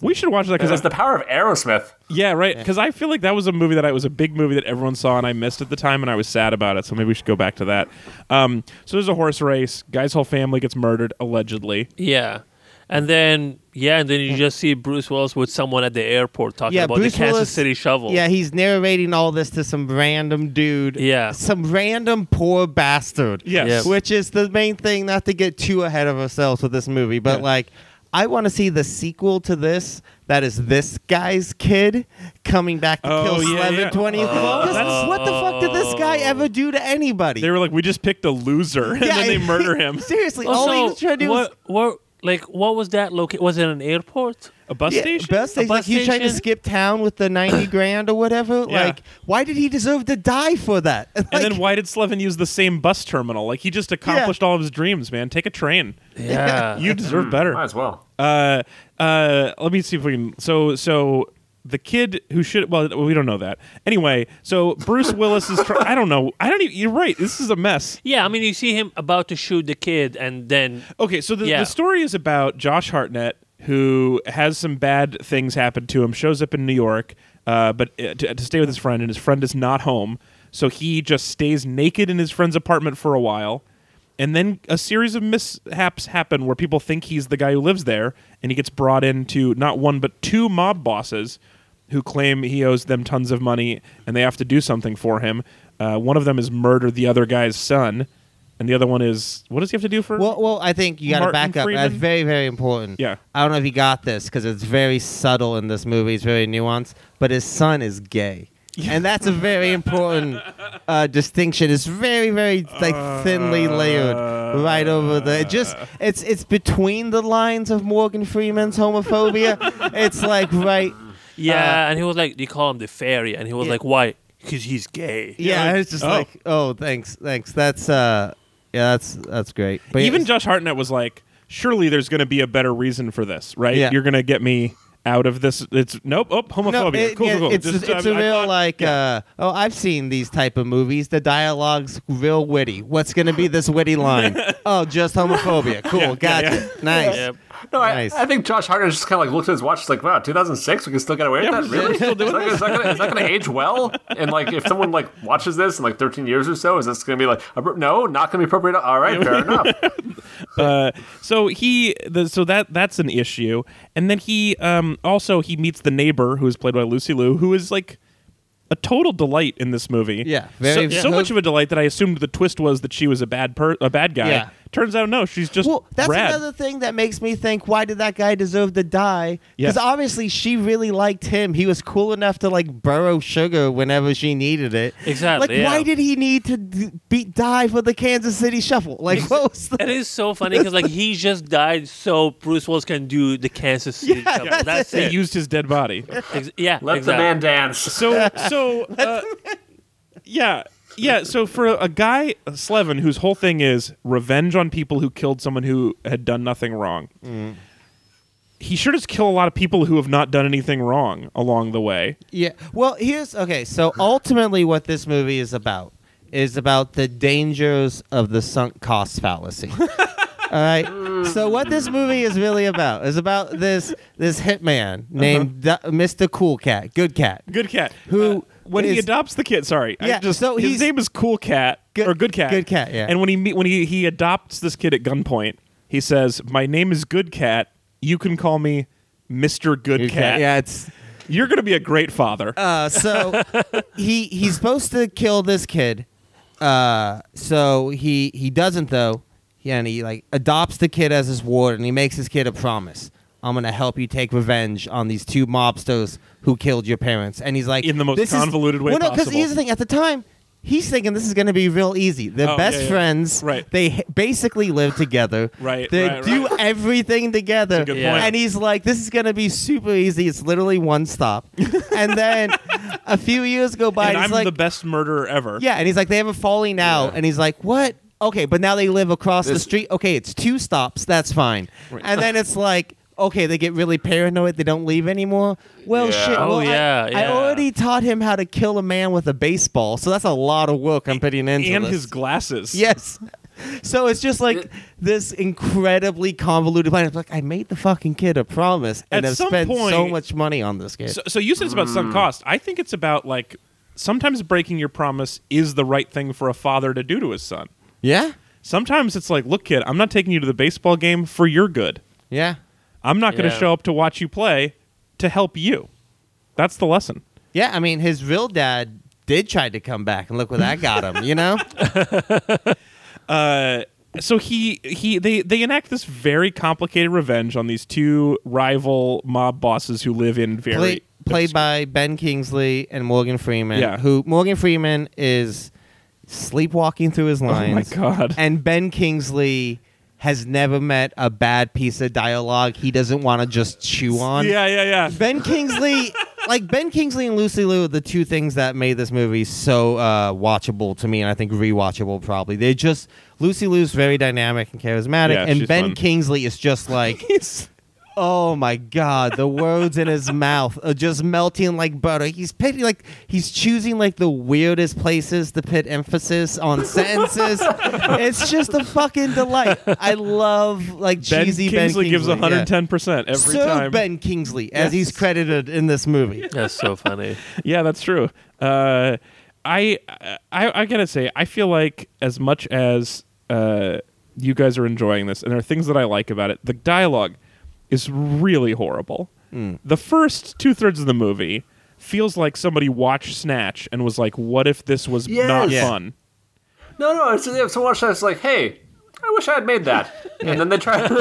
Speaker 1: we should watch that
Speaker 2: Because
Speaker 1: because
Speaker 2: the power of Aerosmith.
Speaker 1: yeah, right. Because I feel like that was a movie that I was a big movie that everyone saw and I missed at the time, and I was sad about it. So maybe we should go back to that. Um, so there's a horse race. Guy's whole family gets murdered allegedly.
Speaker 4: yeah. And then yeah, and then you just see Bruce Willis with someone at the airport talking
Speaker 3: Yeah,
Speaker 4: about
Speaker 3: Bruce
Speaker 4: the Kansas
Speaker 3: Willis-
Speaker 4: City shovel.
Speaker 3: Yeah, he's narrating all this to some random dude.
Speaker 4: Yeah.
Speaker 3: Some random poor bastard.
Speaker 1: Yes.
Speaker 4: Yep.
Speaker 3: Which is the main thing, not to get too ahead of ourselves with this movie, but
Speaker 1: Yeah.
Speaker 3: like, I want to see the sequel to this that is this guy's kid coming back to
Speaker 1: Oh,
Speaker 3: kill
Speaker 1: yeah,
Speaker 3: Slevin
Speaker 1: yeah.
Speaker 3: 20th. Because
Speaker 1: that's-
Speaker 3: what the fuck did this guy ever do to anybody?
Speaker 1: They were like, we just picked a loser, and then they murder him.
Speaker 3: Seriously,
Speaker 4: Also,
Speaker 3: all he was trying to do was
Speaker 4: what, what, like, what was that location? Was it an airport?
Speaker 1: A bus
Speaker 3: Yeah,
Speaker 1: station.
Speaker 3: bus
Speaker 4: A
Speaker 3: station. Like
Speaker 4: bus
Speaker 3: he tried to
Speaker 4: station?
Speaker 3: skip town with the ninety grand or whatever.
Speaker 1: Yeah.
Speaker 3: Like, why did he deserve to die for that?
Speaker 1: and
Speaker 3: Like,
Speaker 1: then why did Slevin use the same bus terminal? Like he just accomplished all of his dreams, man. Take a train.
Speaker 4: Yeah.
Speaker 1: You deserve better.
Speaker 2: Might as well.
Speaker 1: uh, uh, let me see if we can. So, so the kid who should. Well, we don't know that. Anyway, so Bruce Willis is. Try- I don't know. I don't. Even, you're right. This is a mess.
Speaker 4: yeah. I mean, you see him about to shoot the kid, and then
Speaker 1: Okay, so the,
Speaker 4: Yeah.
Speaker 1: the story is about Josh Hartnett who has some bad things happen to him. Shows up in New York, uh, but uh, to, to stay with his friend, and his friend is not home, so he just stays naked in his friend's apartment for a while. And then a series of mishaps happen where people think he's the guy who lives there, and he gets brought into not one but two mob bosses who claim he owes them tons of money and they have to do something for him. Uh, one of them is murder the other guy's son, and the other one is what does he have to do for?
Speaker 3: Well, well, I think you got to
Speaker 1: Martin
Speaker 3: back up.
Speaker 1: Freeman?
Speaker 3: That's very, very important.
Speaker 1: Yeah.
Speaker 3: I don't know if you got this because it's very subtle in this movie. It's very nuanced, but his son is gay. And that's a very important uh, distinction. It's very, very like thinly layered, right over the. It just it's it's between the lines of Morgan Freeman's homophobia. it's like right,
Speaker 4: yeah, and he was like, they call him the fairy, and he was
Speaker 3: Uh, Yeah.
Speaker 4: like, why? Because he's gay.
Speaker 3: yeah.
Speaker 1: like,
Speaker 3: it's just
Speaker 1: oh.
Speaker 3: like oh, thanks, thanks. That's uh, yeah, that's that's great. But
Speaker 1: Even
Speaker 3: yeah,
Speaker 1: Josh Hartnett was like, surely there's going to be a better reason for this, right?
Speaker 3: Yeah.
Speaker 1: You're going to get me out of this. It's nope. Oh, homophobia.
Speaker 3: No, it-
Speaker 1: cool,
Speaker 3: yeah,
Speaker 1: cool, cool.
Speaker 3: It's,
Speaker 1: Just,
Speaker 3: it's
Speaker 1: I-
Speaker 3: a
Speaker 1: I
Speaker 3: real
Speaker 1: thought-
Speaker 3: like. Uh, oh, I've seen these type of movies. The dialogue's real witty. What's going to be this witty line? oh, just homophobia. Cool,
Speaker 1: Yeah, yeah,
Speaker 3: gotcha. Nice.
Speaker 4: Yep.
Speaker 2: No,
Speaker 3: Nice.
Speaker 2: I, I think Josh Hartnett just kind of like looked at his watch, like, "Wow, 2006, we can still get away
Speaker 1: Yeah,
Speaker 2: with
Speaker 1: we're
Speaker 2: that. Really?
Speaker 1: still doing
Speaker 2: is, that, is that gonna, is that gonna age well? And like, if someone like watches this in like 13 years or so, is this gonna be like, appro- no, not gonna be appropriate? All right, fair enough.
Speaker 1: uh, So he, the, so that that's an issue, and then he um, also he meets the neighbor who is played by Lucy Liu, who is like a total delight in this movie.
Speaker 3: Yeah,
Speaker 1: so,
Speaker 3: very-
Speaker 1: so
Speaker 3: Yeah.
Speaker 1: much of a delight that I assumed the twist was that she was a bad per, a bad guy.
Speaker 3: Yeah.
Speaker 1: Turns out no, she's just
Speaker 3: Well, that's
Speaker 1: rad.
Speaker 3: another thing that makes me think: Why did that guy deserve to die?
Speaker 1: Yeah.
Speaker 3: Because obviously she really liked him. He was cool enough to like borrow sugar whenever she needed it.
Speaker 4: Exactly,
Speaker 3: Like, why
Speaker 4: yeah.
Speaker 3: did he need to d- be die for the Kansas City Shuffle? Like, what was the
Speaker 4: It is so funny because like he just died, so Bruce Willis can do the Kansas City.
Speaker 3: Yeah,
Speaker 4: Shuffle.
Speaker 3: that's
Speaker 4: that's
Speaker 1: they
Speaker 4: it.
Speaker 1: used his dead body.
Speaker 4: Ex- yeah,
Speaker 2: Let the
Speaker 4: exactly.
Speaker 2: man dance.
Speaker 1: So so uh, yeah yeah. So for a, a guy uh, Slevin whose whole
Speaker 3: Mm.
Speaker 1: thing is revenge on people who killed someone who had done nothing wrong, he sure does kill a lot of people who have not done anything wrong along the way.
Speaker 3: Yeah. Well, here's okay. So ultimately, what this movie is about is about the dangers of the sunk cost fallacy. All right. So what this movie is really about is about this this hitman named Du- Mr. Cool Cat, Good Cat,
Speaker 1: Good cat.
Speaker 3: who
Speaker 1: when he
Speaker 3: is-
Speaker 1: adopts the kid, sorry, I
Speaker 3: Yeah,
Speaker 1: just-
Speaker 3: so
Speaker 1: his
Speaker 3: he's-
Speaker 1: name is Cool Cat
Speaker 3: Good-
Speaker 1: or Good Cat.
Speaker 3: Good Cat, yeah.
Speaker 1: And when he meet, when he he adopts this kid at gunpoint, he says, "My name is Good Cat. You can call me Mister Good,
Speaker 3: Good
Speaker 1: Cat.
Speaker 3: Cat. Yeah, it's
Speaker 1: You're gonna be a great father."
Speaker 3: Uh, so he he's supposed to kill this kid. Uh, so he he doesn't though. Yeah, and he like adopts the kid as his ward, and he makes his kid a promise. I'm gonna help you take revenge on these two mobsters who killed your parents. And he's like,
Speaker 1: In the most
Speaker 3: this is-
Speaker 1: convoluted way
Speaker 3: Well, no,
Speaker 1: possible.
Speaker 3: here's the thing. At the time, he's thinking this is gonna be real easy. They're
Speaker 1: Oh,
Speaker 3: best
Speaker 1: yeah, yeah.
Speaker 3: friends.
Speaker 1: Right.
Speaker 3: They h- basically live together.
Speaker 1: Right,
Speaker 3: They
Speaker 1: right,
Speaker 3: do everything together.
Speaker 1: That's a good
Speaker 4: Yeah. point.
Speaker 3: And he's like, this is going to be super easy. It's literally one stop. and then a few years go by,
Speaker 1: and
Speaker 3: and, he's
Speaker 1: I'm
Speaker 3: like,
Speaker 1: the best murderer ever.
Speaker 3: yeah. And he's like, they have a falling out. And he's like, what? Okay, but now they live across the
Speaker 2: This-
Speaker 3: street. Okay, it's two stops. That's fine. And then it's like, okay, they get really paranoid. They don't leave anymore. Well,
Speaker 2: Yeah.
Speaker 3: shit.
Speaker 4: Oh,
Speaker 3: well, I-
Speaker 4: yeah,
Speaker 3: I,
Speaker 4: yeah.
Speaker 3: already taught him how to kill a man with a baseball. So that's a lot of work I'm putting into
Speaker 1: And
Speaker 3: this.
Speaker 1: his glasses.
Speaker 3: Yes. So it's just like this incredibly convoluted plan. It's like I made the fucking kid a promise and
Speaker 1: At
Speaker 3: I've
Speaker 1: some
Speaker 3: spent so
Speaker 1: point-
Speaker 3: much money on this kid.
Speaker 1: So, so you said it's about
Speaker 3: Mm.
Speaker 1: sunk cost. I think it's about like sometimes breaking your promise is the right thing for a father to do to his son.
Speaker 3: yeah?
Speaker 1: Sometimes it's like, look, kid, I'm not taking you to the baseball game for your good.
Speaker 3: Yeah.
Speaker 1: I'm not going to
Speaker 4: Yeah.
Speaker 1: show up to watch you play to help you. That's the lesson.
Speaker 3: Yeah, I mean his real dad did try to come back and look where that got him, you know?
Speaker 1: Uh, So he he they they enact this very complicated revenge on these two rival mob bosses who live in very
Speaker 3: Play, played by Ben Kingsley and Morgan Freeman.
Speaker 1: Yeah.
Speaker 3: Who Morgan Freeman is sleepwalking through his lines.
Speaker 1: Oh God.
Speaker 3: And Ben Kingsley has never met a bad piece of dialogue he doesn't want to just chew on.
Speaker 1: Yeah, yeah, yeah.
Speaker 3: Ben Kingsley, like Ben Kingsley and Lucy Liu, are the two things that made this movie so uh, watchable to me, and I think rewatchable probably. They just Lucy Liu's very dynamic and charismatic,
Speaker 1: Yeah,
Speaker 3: and
Speaker 1: she's
Speaker 3: Ben
Speaker 1: fun.
Speaker 3: Kingsley is just like, oh my god, the words in his mouth are just melting like butter. He's picking like he's choosing like the weirdest places to put emphasis on sentences. it's just a fucking delight. I love like
Speaker 1: Ben
Speaker 3: cheesy
Speaker 1: Kingsley,
Speaker 3: Ben Kingsley
Speaker 1: gives 110%
Speaker 3: yeah.
Speaker 1: every
Speaker 3: Sir
Speaker 1: time.
Speaker 3: Ben Kingsley, as
Speaker 1: Yes.
Speaker 3: he's credited in this movie.
Speaker 4: That's so funny.
Speaker 1: yeah, that's true. Uh, I, I I gotta say, I feel like as much as uh, you guys are enjoying this, and there are things that I like about it, the dialogue is really horrible.
Speaker 3: Hmm.
Speaker 1: The first two thirds of the movie feels like somebody watched Snatch and was like, "What if this was not
Speaker 2: Yes. Yeah.
Speaker 1: fun?"
Speaker 2: No, no. It's, if someone watched that, it's like, hey, I wish I had made that. And then they try.
Speaker 1: And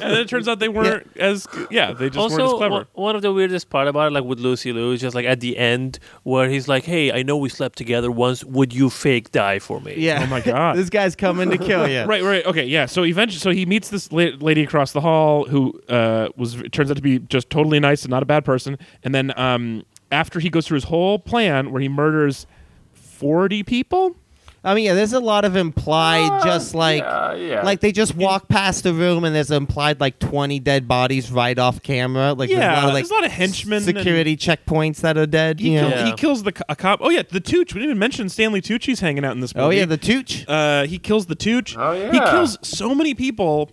Speaker 1: then it turns out they weren't as yeah, they just weren't as
Speaker 4: also,
Speaker 1: clever.
Speaker 4: one- one of the weirdest part about it, like with Lucy Liu, is just like at the end where he's like, "Hey, I know we slept together once. Would you fake die for me?"
Speaker 3: Yeah.
Speaker 1: Oh my God.
Speaker 3: this guy's coming to kill you.
Speaker 1: Right, right, okay, yeah. So eventually, so he meets this la- lady across the hall who uh, was it turns out to be just totally nice and not a bad person. And then um, after he goes through his whole plan where he murders forty people,
Speaker 3: I mean, yeah, there's a lot of implied, just like,
Speaker 2: yeah, yeah.
Speaker 3: like they just walk past the room and there's implied like 20 dead bodies right off camera. Like, there's a
Speaker 1: Yeah,
Speaker 3: lot of, like,
Speaker 1: there's a lot of henchmen
Speaker 3: security checkpoints that are dead.
Speaker 1: he,
Speaker 3: You know?
Speaker 1: kills, he
Speaker 4: Yeah.
Speaker 1: kills the co- a cop. Oh yeah, the Tooch. We didn't even mention Stanley Tucci's hanging out in this movie.
Speaker 3: Oh yeah, the Tooch.
Speaker 1: uh, he kills the Tooch.
Speaker 2: Oh, yeah.
Speaker 1: He kills so many people,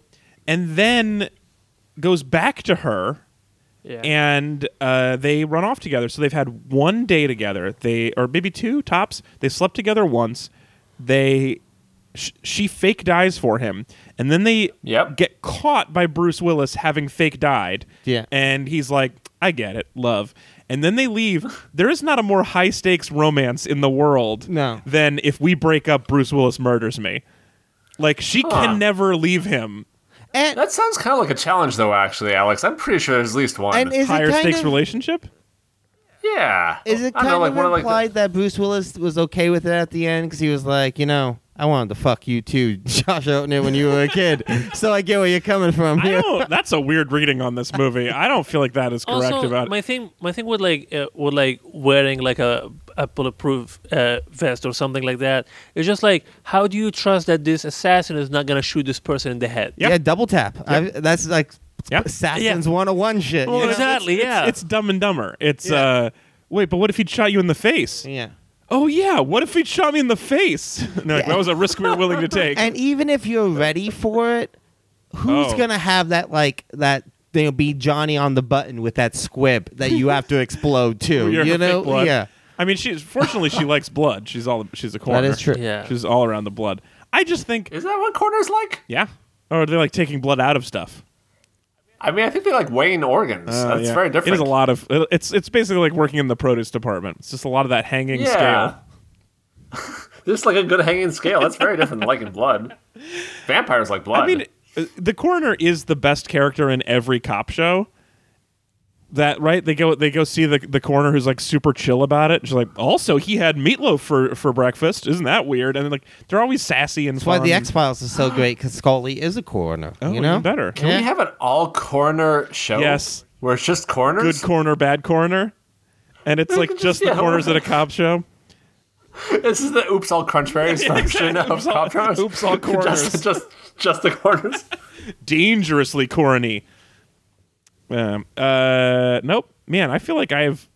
Speaker 1: and then goes back to her.
Speaker 4: Yeah.
Speaker 1: and uh, they run off together. So they've had one day together. They or maybe two tops. They slept together once. They sh- she fake dies for him, and then they
Speaker 2: Yep.
Speaker 1: get caught by Bruce Willis having fake died.
Speaker 3: Yeah.
Speaker 1: and he's like, "I get it, love." And then they leave. There is not a more high stakes romance in the world
Speaker 3: No.
Speaker 1: than if we break up, Bruce Willis murders me. Like she can never leave him.
Speaker 3: and
Speaker 2: that sounds kind of like a challenge, though. Actually, Alex, I'm pretty sure there's at least one.
Speaker 3: and is
Speaker 1: Higher
Speaker 3: it kind
Speaker 1: stakes
Speaker 3: of,
Speaker 1: relationship.
Speaker 2: yeah.
Speaker 3: Is it
Speaker 2: I
Speaker 3: kind
Speaker 2: don't know, like
Speaker 3: of
Speaker 2: one
Speaker 3: implied
Speaker 2: of like the-
Speaker 3: that Bruce Willis was okay with it at the end because he was like, you know, I wanted to fuck you too, Josh Oatner, when you were a kid. so I get where you're coming from.
Speaker 1: I don't. That's a weird reading on this movie. I don't feel like that is correct
Speaker 4: also,
Speaker 1: about
Speaker 4: my
Speaker 1: it.
Speaker 4: thing, my thing with like uh, with like wearing like a, a bulletproof uh, vest or something like that. It's just like, how do you trust that this assassin is not gonna shoot this person in the head?
Speaker 1: Yep.
Speaker 3: Yeah, double tap. I, that's like
Speaker 1: Yeah.
Speaker 3: Assassins 101 shit.
Speaker 4: Well,
Speaker 3: you know?
Speaker 4: exactly. yeah.
Speaker 1: It's dumb and dumber. It's uh wait, but what if he shot you in the face?
Speaker 3: Yeah.
Speaker 1: Oh yeah, what if he shot me in the face? no, like, that was a risk we were willing to take.
Speaker 3: And even if you're ready for it, who's
Speaker 1: Oh.
Speaker 3: gonna have that like that? They'll be Johnny on the button with that squib that you have to explode to.
Speaker 1: You're
Speaker 3: you
Speaker 1: her fake
Speaker 3: know?
Speaker 1: blood.
Speaker 3: Yeah.
Speaker 1: I mean, she's fortunately she likes blood. She's all she's a coroner.
Speaker 3: is true.
Speaker 4: Yeah.
Speaker 1: She's all around the blood. I just think
Speaker 2: Is that what corners like?
Speaker 1: yeah. Or they're like taking blood out of stuff.
Speaker 2: I mean, I think they like weighing organs.
Speaker 1: Uh,
Speaker 2: That's
Speaker 1: yeah.
Speaker 2: very different.
Speaker 1: It is a lot of it's it's basically like working in the produce department. It's just a lot of that hanging
Speaker 2: Yeah.
Speaker 1: scale.
Speaker 2: This is like a good hanging scale. That's very different than liking blood. Vampires like blood.
Speaker 1: I mean, uh, the coroner is the best character in every cop show. That right? They go they go see the the coroner who's like super chill about it. She's like, also he had meatloaf for for breakfast. Isn't that weird? And then, like they're always sassy and
Speaker 3: That's why
Speaker 1: fun.
Speaker 3: the X Files is so great because Scully is a coroner.
Speaker 1: Um, Oh,
Speaker 3: you know?
Speaker 1: even better.
Speaker 2: Can we have an all coroner show?
Speaker 1: Yes.
Speaker 2: Where it's just coroners?
Speaker 1: Good corner, bad corner, and it's like
Speaker 2: Just-
Speaker 1: just the
Speaker 2: yeah.
Speaker 1: corners at a cop show.
Speaker 2: this is the oops all crunchberries version of
Speaker 1: all-
Speaker 2: cop shows.
Speaker 1: oops, all corners.
Speaker 2: just, just, just the corners.
Speaker 1: dangerously corny. Um, uh, nope, man. I feel like I've.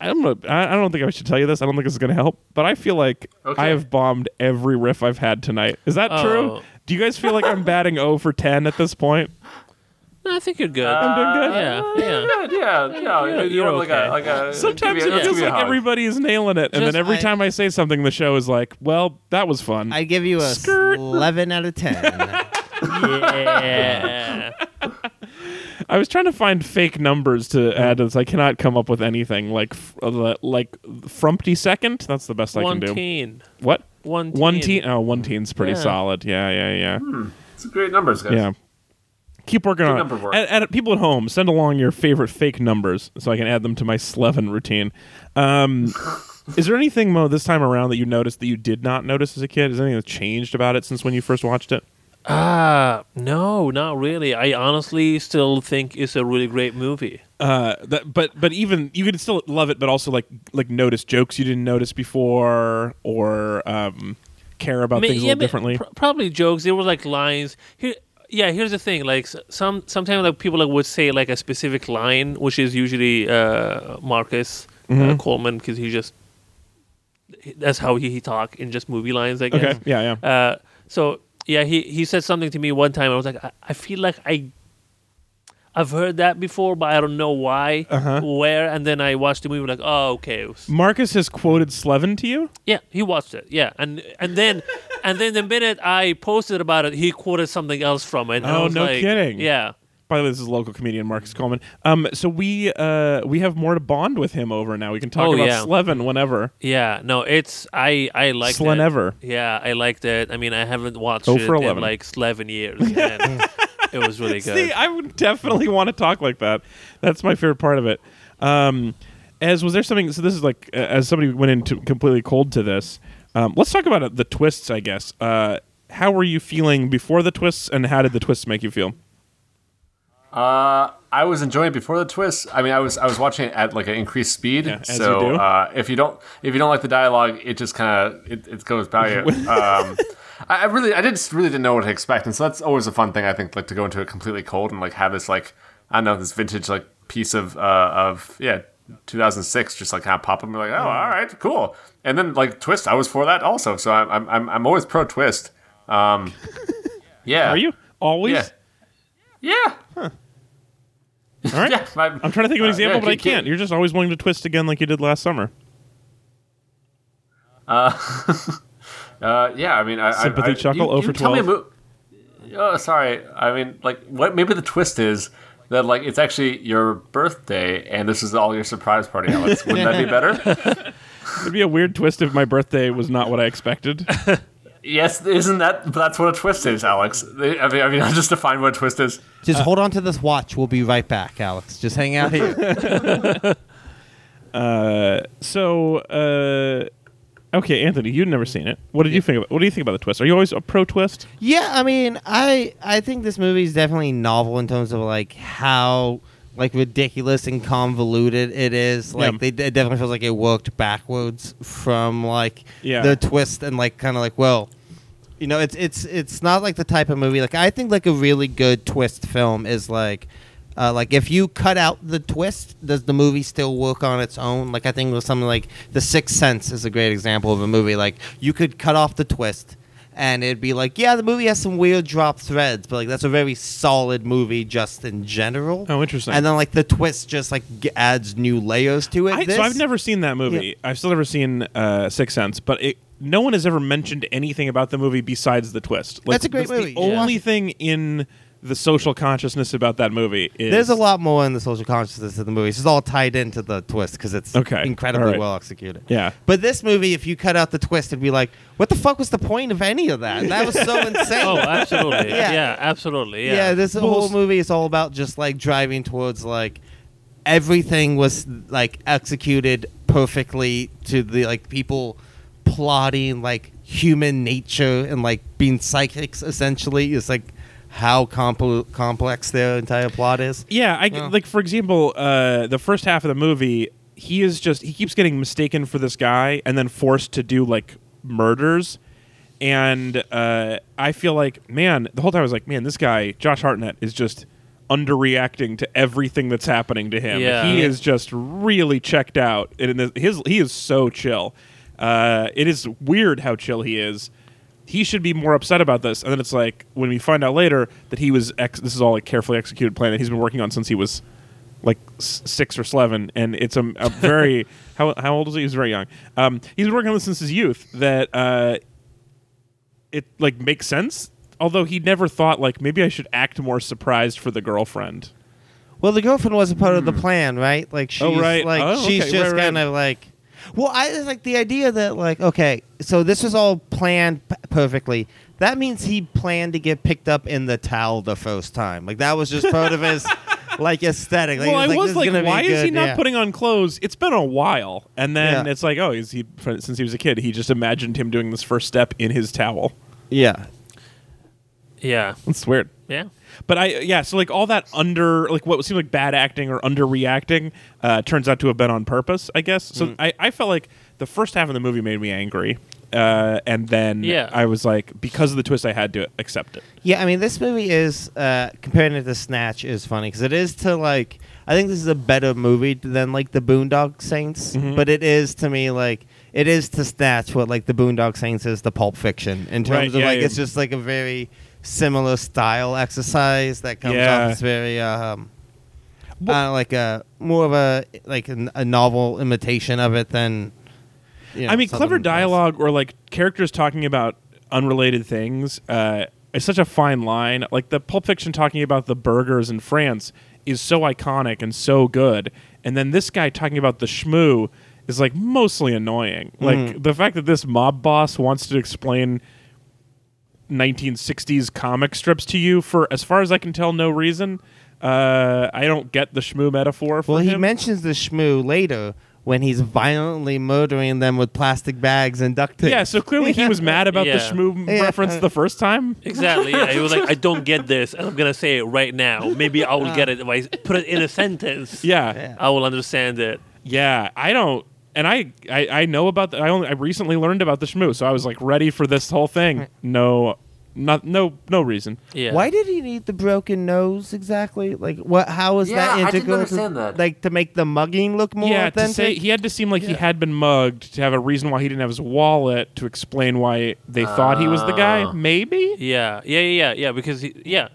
Speaker 1: I don't know. I I don't think I should tell you this. I don't think this is going to help. But I feel like
Speaker 2: Okay.
Speaker 1: I have bombed every riff I've had tonight. Is that true?
Speaker 4: Oh.
Speaker 1: Do you guys feel like I'm batting 0 for 10 at this point?
Speaker 4: No, I think you're good.
Speaker 1: I'm doing
Speaker 2: Uh,
Speaker 1: good.
Speaker 4: yeah, yeah.
Speaker 2: Yeah, yeah, yeah.
Speaker 4: You're-
Speaker 2: you
Speaker 4: you're
Speaker 2: want like
Speaker 4: okay.
Speaker 2: a, like a,
Speaker 1: Sometimes
Speaker 2: give me a-
Speaker 1: it feels
Speaker 2: give me a
Speaker 1: like
Speaker 2: hug.
Speaker 1: everybody is nailing it, and
Speaker 4: Just-
Speaker 1: then every
Speaker 3: I-
Speaker 1: time I say something, the show is like, "Well, that was fun."
Speaker 3: I give you a
Speaker 1: Skirt.
Speaker 3: eleven out of ten.
Speaker 4: yeah.
Speaker 1: I was trying to find fake numbers to add to this. I cannot come up with anything like f- uh, like frumpty second. That's the best I
Speaker 4: One
Speaker 1: can do.
Speaker 4: teen.
Speaker 1: What?
Speaker 4: One
Speaker 1: One
Speaker 4: teen.
Speaker 1: teen. Oh, one teen's pretty
Speaker 4: Yeah.
Speaker 1: solid. Yeah, yeah, yeah,
Speaker 2: It's great numbers, guys.
Speaker 1: yeah. Keep working on
Speaker 2: number
Speaker 1: it.
Speaker 2: work.
Speaker 1: And- and people at home, send along your favorite fake numbers so I can add them to my Slevin routine. Um, is there anything, Mo, this time around that you noticed that you did not notice as a kid? Is anything that's changed about it since when you first watched it?
Speaker 4: Ah, no, not really. I honestly still think it's a really great movie.
Speaker 1: Uh, that, but but even you could still love it, but also like like notice jokes you didn't notice before or um, care about
Speaker 4: Ma-
Speaker 1: things a
Speaker 4: yeah,
Speaker 1: little
Speaker 4: ma-
Speaker 1: differently.
Speaker 4: pr- probably jokes. There were like lines. Here, yeah. Here's the thing. Like s- some sometimes like people like would say like a specific line, which is usually uh, Marcus
Speaker 1: Mm-hmm.
Speaker 4: uh, Coleman because he just that's how he, he talk in just movie lines. I guess.
Speaker 1: okay, yeah, yeah.
Speaker 4: Uh, so yeah, he he said something to me one time. I was like, I, I feel like I. I've heard that before, but I don't know why,
Speaker 1: Uh-huh.
Speaker 4: where, and then I watched the movie. Like, oh, okay, it was-
Speaker 1: Marcus has quoted Slevin to you.
Speaker 4: yeah, he watched it. Yeah, and and then and then the minute I posted about it, he quoted something else from it. and I
Speaker 1: Oh,
Speaker 4: was
Speaker 1: no
Speaker 4: like-
Speaker 1: kidding.
Speaker 4: Yeah.
Speaker 1: By the way, this is local comedian Marcus Coleman. Um, so we uh, we have more to bond with him over now. We can talk
Speaker 4: Oh,
Speaker 1: about
Speaker 4: yeah.
Speaker 1: Slevin whenever.
Speaker 4: Yeah, no, it's I I liked
Speaker 1: Slenever.
Speaker 4: it. Yeah, I liked it. I mean, I haven't watched
Speaker 1: Oh,
Speaker 4: it
Speaker 1: for
Speaker 4: in
Speaker 1: 11.
Speaker 4: like eleven years. and it was really good.
Speaker 1: See, I would definitely want to talk like that. That's my favorite part of it. Um, as was there something? So this is like uh, as somebody went into completely cold to this. Um, let's talk about uh, the twists, I guess. Uh, how were you feeling before the twists, and how did the twists make you feel?
Speaker 2: Uh, I was enjoying it before the twist. I mean, I was I was watching it at like an increased speed.
Speaker 1: as
Speaker 2: so
Speaker 1: you do.
Speaker 2: Uh, if you don't if you don't like the dialogue, it just kind of it, it goes by you. Um, I, I really I just really didn't know what to expect, and so that's always a fun thing I think like to go into it completely cold and like have this like I don't know this vintage like piece of uh, of yeah 2006 just like kind of pop up and be like oh all right cool, and then like twist I was for that also. So I'm I'm I'm, I'm always pro twist. Um, yeah.
Speaker 1: Are you always?
Speaker 2: Yeah. Yeah.
Speaker 1: All right.
Speaker 2: Yeah, my-
Speaker 1: I'm trying to think of an
Speaker 2: uh,
Speaker 1: example,
Speaker 2: yeah,
Speaker 1: but I
Speaker 2: keep- keep-
Speaker 1: can't. You're just always willing to twist again, like you did last summer.
Speaker 2: Uh, yeah, I mean, I, I-
Speaker 1: Sympathy
Speaker 2: I,
Speaker 1: chuckle, 0
Speaker 2: you, you
Speaker 1: for
Speaker 2: tell me mo- oh, sorry. I mean, like, what? Maybe the twist is that like it's actually your birthday, and this is all your surprise party, Alex. Wouldn't that be better?
Speaker 1: It'd be a weird twist if my birthday was not what I expected.
Speaker 2: yes, isn't that? That's what a twist is, Alex. They- I mean, I mean, I just define what a twist is.
Speaker 3: Just hold on to this watch. We'll be right back, Alex. Just hang out here.
Speaker 1: So, uh, okay, Anthony, you'd never seen it. What did you think? About, what do you think about the twist? Are you always a pro twist?
Speaker 3: yeah, I mean, I I think this movie is definitely novel in terms of like how like ridiculous and convoluted it is. Like
Speaker 1: Yeah.
Speaker 3: they it definitely feels like it worked backwards from like
Speaker 1: Yeah.
Speaker 3: the twist and like kind of like well, You know, it's it's it's not like the type of movie like I think like a really good twist film is like uh, like if you cut out the twist, does the movie still work on its own? Like I think with something like The Sixth Sense is a great example of a movie like you could cut off the twist and it'd be like, yeah, the movie has some weird drop threads, but like that's a very solid movie just in general.
Speaker 1: Oh, interesting.
Speaker 3: And then like the twist just like g- adds new layers to it.
Speaker 1: I,
Speaker 3: This-
Speaker 1: so I've never seen that movie. I've still never seen uh, Sixth Sense, but it, no one has ever mentioned anything about the movie besides the twist.
Speaker 3: That's a great movie.
Speaker 1: The
Speaker 3: Yeah.
Speaker 1: only thing in the social consciousness about that movie is
Speaker 3: There's a lot more in the social consciousness of the movie. It's just all tied into the twist because it's
Speaker 1: Okay.
Speaker 3: incredibly
Speaker 1: All right.
Speaker 3: well executed.
Speaker 1: Yeah.
Speaker 3: But this movie, if you cut out the twist, it'd be like, what the fuck was the point of any of that? That was so insane.
Speaker 4: Oh, absolutely.
Speaker 3: Yeah.
Speaker 4: yeah. absolutely.
Speaker 3: yeah.
Speaker 4: Yeah.
Speaker 3: this whole movie is all about just like driving towards like everything was like executed perfectly to the like people plotting like human nature and like being psychics essentially. It's like how compl- complex their entire plot is.
Speaker 1: Yeah, I
Speaker 3: Yeah.
Speaker 1: like for example, uh, the first half of the movie, he is just he keeps getting mistaken for this guy and then forced to do like murders. And uh, I feel like, man, the whole time I was like, man, this guy Josh Hartnett is just underreacting to everything that's happening to him.
Speaker 4: Yeah.
Speaker 1: He
Speaker 4: Yeah.
Speaker 1: is just really checked out, and in this, his he is so chill. Uh, it is weird how chill he is. He should be more upset about this, and then it's like when we find out later that he was ex- this is all a carefully executed plan that he's been working on since he was like s- six or seven, and it's a, a very how how old is he? He's very young. Um, he's been working on this since his youth. That uh, it like makes sense. Although he never thought like maybe I should act more surprised for the girlfriend.
Speaker 3: Well, the girlfriend wasn't part of the plan, right? Like she's
Speaker 1: Hmm. Oh, right.
Speaker 3: like
Speaker 1: Oh,
Speaker 3: she's
Speaker 1: okay. Right,
Speaker 3: just
Speaker 1: right.
Speaker 3: kind of like. Well, I it's like the idea that like okay, so this was all planned p- perfectly. That means he planned to get picked up in the towel the first time. Like that was just part of his like aesthetic. Like,
Speaker 1: well,
Speaker 3: it
Speaker 1: I
Speaker 3: this
Speaker 1: was like,
Speaker 3: gonna be
Speaker 1: why is he
Speaker 3: good,
Speaker 1: not
Speaker 3: yeah.
Speaker 1: putting on clothes? It's been a while, and then
Speaker 3: Yeah.
Speaker 1: it's like, oh, is he fr- since he was a kid, he just imagined him doing this first step in his towel.
Speaker 3: Yeah,
Speaker 4: yeah.
Speaker 1: That's weird.
Speaker 4: Yeah.
Speaker 1: But I yeah, so like all that under like what seemed like bad acting or underreacting uh, turns out to have been on purpose, I guess. So
Speaker 3: Mm.
Speaker 1: I, I felt like the first half of the movie made me angry, uh, and then
Speaker 4: Yeah.
Speaker 1: I was like, because of the twist, I had to accept it.
Speaker 3: Yeah, I mean, this movie is uh, comparing it to Snatch is funny because it is to like I think this is a better movie than like the Boondock Saints,
Speaker 1: Mm-hmm.
Speaker 3: but it is to me like it is to Snatch what like the Boondock Saints is to Pulp Fiction in terms
Speaker 1: Right,
Speaker 3: of
Speaker 1: yeah,
Speaker 3: like
Speaker 1: yeah.
Speaker 3: it's just like a very similar style exercise that comes
Speaker 1: Yeah.
Speaker 3: off as very um,
Speaker 1: Well-
Speaker 3: uh, like a more of a like a, a novel imitation of it than. You know,
Speaker 1: I mean, clever
Speaker 3: something else.
Speaker 1: dialogue or like characters talking about unrelated things uh, is such a fine line. Like the Pulp Fiction talking about the burgers in France is so iconic and so good, and then this guy talking about the shmoo is like mostly annoying.
Speaker 3: Mm-hmm.
Speaker 1: Like the fact that this mob boss wants to explain 1960s comic strips to you for, as far as I can tell, no reason. Uh, I don't get the shmoo metaphor. For
Speaker 3: Well, he
Speaker 1: him.
Speaker 3: mentions the shmoo later when he's violently murdering them with plastic bags and duct tape.
Speaker 1: Yeah, so clearly he was mad about
Speaker 4: Yeah.
Speaker 1: the shmoo
Speaker 3: Yeah.
Speaker 1: reference the first time.
Speaker 4: Exactly. Yeah. He was like, I don't get this, and I'm gonna say it right now. Maybe I will get it if I put it in a sentence.
Speaker 1: Yeah.
Speaker 3: Yeah.
Speaker 1: yeah,
Speaker 4: I will understand it.
Speaker 1: I don't, and I, I, I know about the. I only, I recently learned about the shmoo, so I was like ready for this whole thing. No, not no, no reason.
Speaker 4: Yeah.
Speaker 3: Why did he need the broken nose exactly? Like, what? How is
Speaker 2: Yeah, I
Speaker 3: that
Speaker 2: didn't
Speaker 3: integral? to-
Speaker 2: understand that.
Speaker 3: Like to make the mugging look more
Speaker 1: yeah, to
Speaker 3: authentic.
Speaker 1: say he had to seem like he had been mugged to have a reason why he didn't have his wallet to explain why they thought he was the
Speaker 3: Oh.
Speaker 1: guy. Maybe.
Speaker 4: Yeah. Yeah. Yeah. Yeah. yeah, Because he, yeah,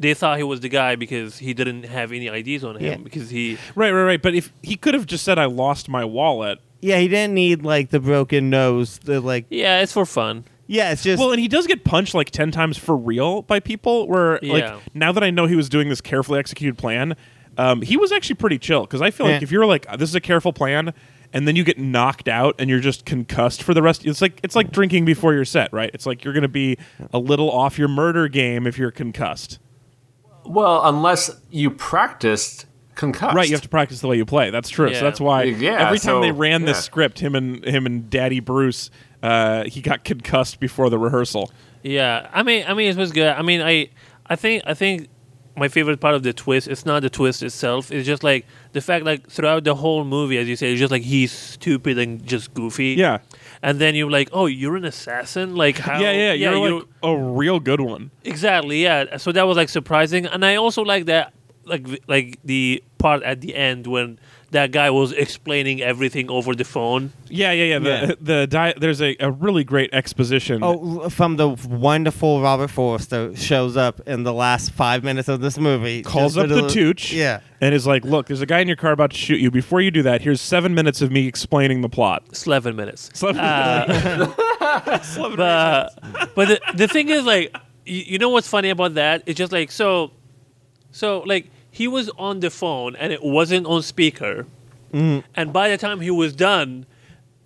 Speaker 4: they thought he was the guy because he didn't have any IDs on him
Speaker 3: Yeah.
Speaker 4: because he.
Speaker 1: Right, right, right. But if he could have just said, "I lost my wallet,"
Speaker 3: yeah, he didn't need like the broken nose. The like,
Speaker 4: Yeah, it's for fun.
Speaker 3: yeah, it's just
Speaker 1: Well, and he does get punched like ten times for real by people. Where
Speaker 4: Yeah.
Speaker 1: like now that I know he was doing this carefully executed plan, um, he was actually pretty chill because I feel
Speaker 3: Yeah.
Speaker 1: like if you're like this is a careful plan, and then you get knocked out and you're just concussed for the rest. It's like it's like drinking before your set, right? It's like you're gonna be a little off your murder game if you're concussed,
Speaker 2: Well, unless you practiced concussed.
Speaker 1: right? You have to practice the way you play. That's true.
Speaker 4: Yeah.
Speaker 1: So that's why
Speaker 2: Yeah,
Speaker 1: every time
Speaker 2: so-
Speaker 1: they ran
Speaker 2: yeah.
Speaker 1: this script, him and him and Daddy Bruce, uh, he got concussed before the rehearsal.
Speaker 4: Yeah, I mean, I mean, it was good. I mean, I, I think, I think my favorite part of the twist. It's not the twist itself. It's just like the fact, like throughout the whole movie, as you say, it's just like he's stupid and just goofy.
Speaker 1: Yeah.
Speaker 4: And then you're like, oh, you're an assassin. Like how?
Speaker 1: yeah, yeah, You're
Speaker 4: you-
Speaker 1: like a real good one.
Speaker 4: Exactly. Yeah. So that was like surprising, and I also like that, like like the part at the end when that guy was explaining everything over the phone.
Speaker 1: Yeah, yeah, yeah. The
Speaker 3: Yeah.
Speaker 1: the di- there's a, a really great exposition.
Speaker 3: Oh, l- from the wonderful Robert Forster shows up in the last five minutes of this movie.
Speaker 1: calls
Speaker 3: Just
Speaker 1: up the
Speaker 3: little-
Speaker 1: tooch.
Speaker 3: Yeah.
Speaker 1: And is like, look, there's a guy in your car about to shoot you. Before you do that, here's seven minutes of me explaining the plot.
Speaker 4: Eleven minutes.
Speaker 1: So-
Speaker 3: Uh,
Speaker 4: but but the, the thing is like you, you know what's funny about that it's just like so so like he was on the phone and it wasn't on speaker
Speaker 1: Mm.
Speaker 4: and by the time he was done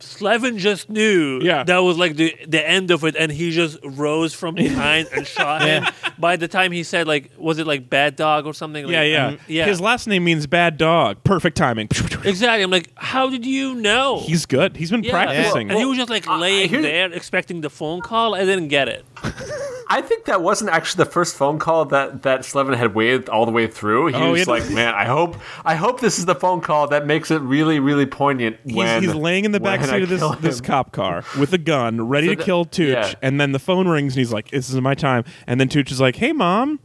Speaker 4: Slevin just knew
Speaker 1: Yeah.
Speaker 4: that was like the the end of it, and he just rose from behind and shot him. By the time he said like, was it like bad dog or something? Like,
Speaker 1: yeah, yeah.
Speaker 4: um, yeah.
Speaker 1: His last name means bad dog. Perfect timing.
Speaker 4: exactly. I'm like, how did you know?
Speaker 1: He's good. He's been
Speaker 4: Yeah.
Speaker 1: practicing.
Speaker 4: and he was just like
Speaker 2: I- I
Speaker 4: laying
Speaker 2: hear-
Speaker 4: there expecting the phone call. I didn't get it.
Speaker 2: I think that wasn't actually the first phone call that that Slevin had waited all the way through. He
Speaker 1: Oh,
Speaker 2: was
Speaker 1: it-
Speaker 2: like, "Man, I hope, I hope this is the phone call that makes it really, really poignant."
Speaker 1: He's,
Speaker 2: when
Speaker 1: he's laying in the
Speaker 2: when
Speaker 1: back
Speaker 2: I
Speaker 1: seat of this,
Speaker 2: kill
Speaker 1: this
Speaker 2: him.
Speaker 1: cop car with a gun, ready
Speaker 2: So
Speaker 1: to
Speaker 2: the-
Speaker 1: kill Tooch,
Speaker 2: yeah.
Speaker 1: and then the phone rings and he's like, "This is my time." And then Tooch is like, "Hey, mom,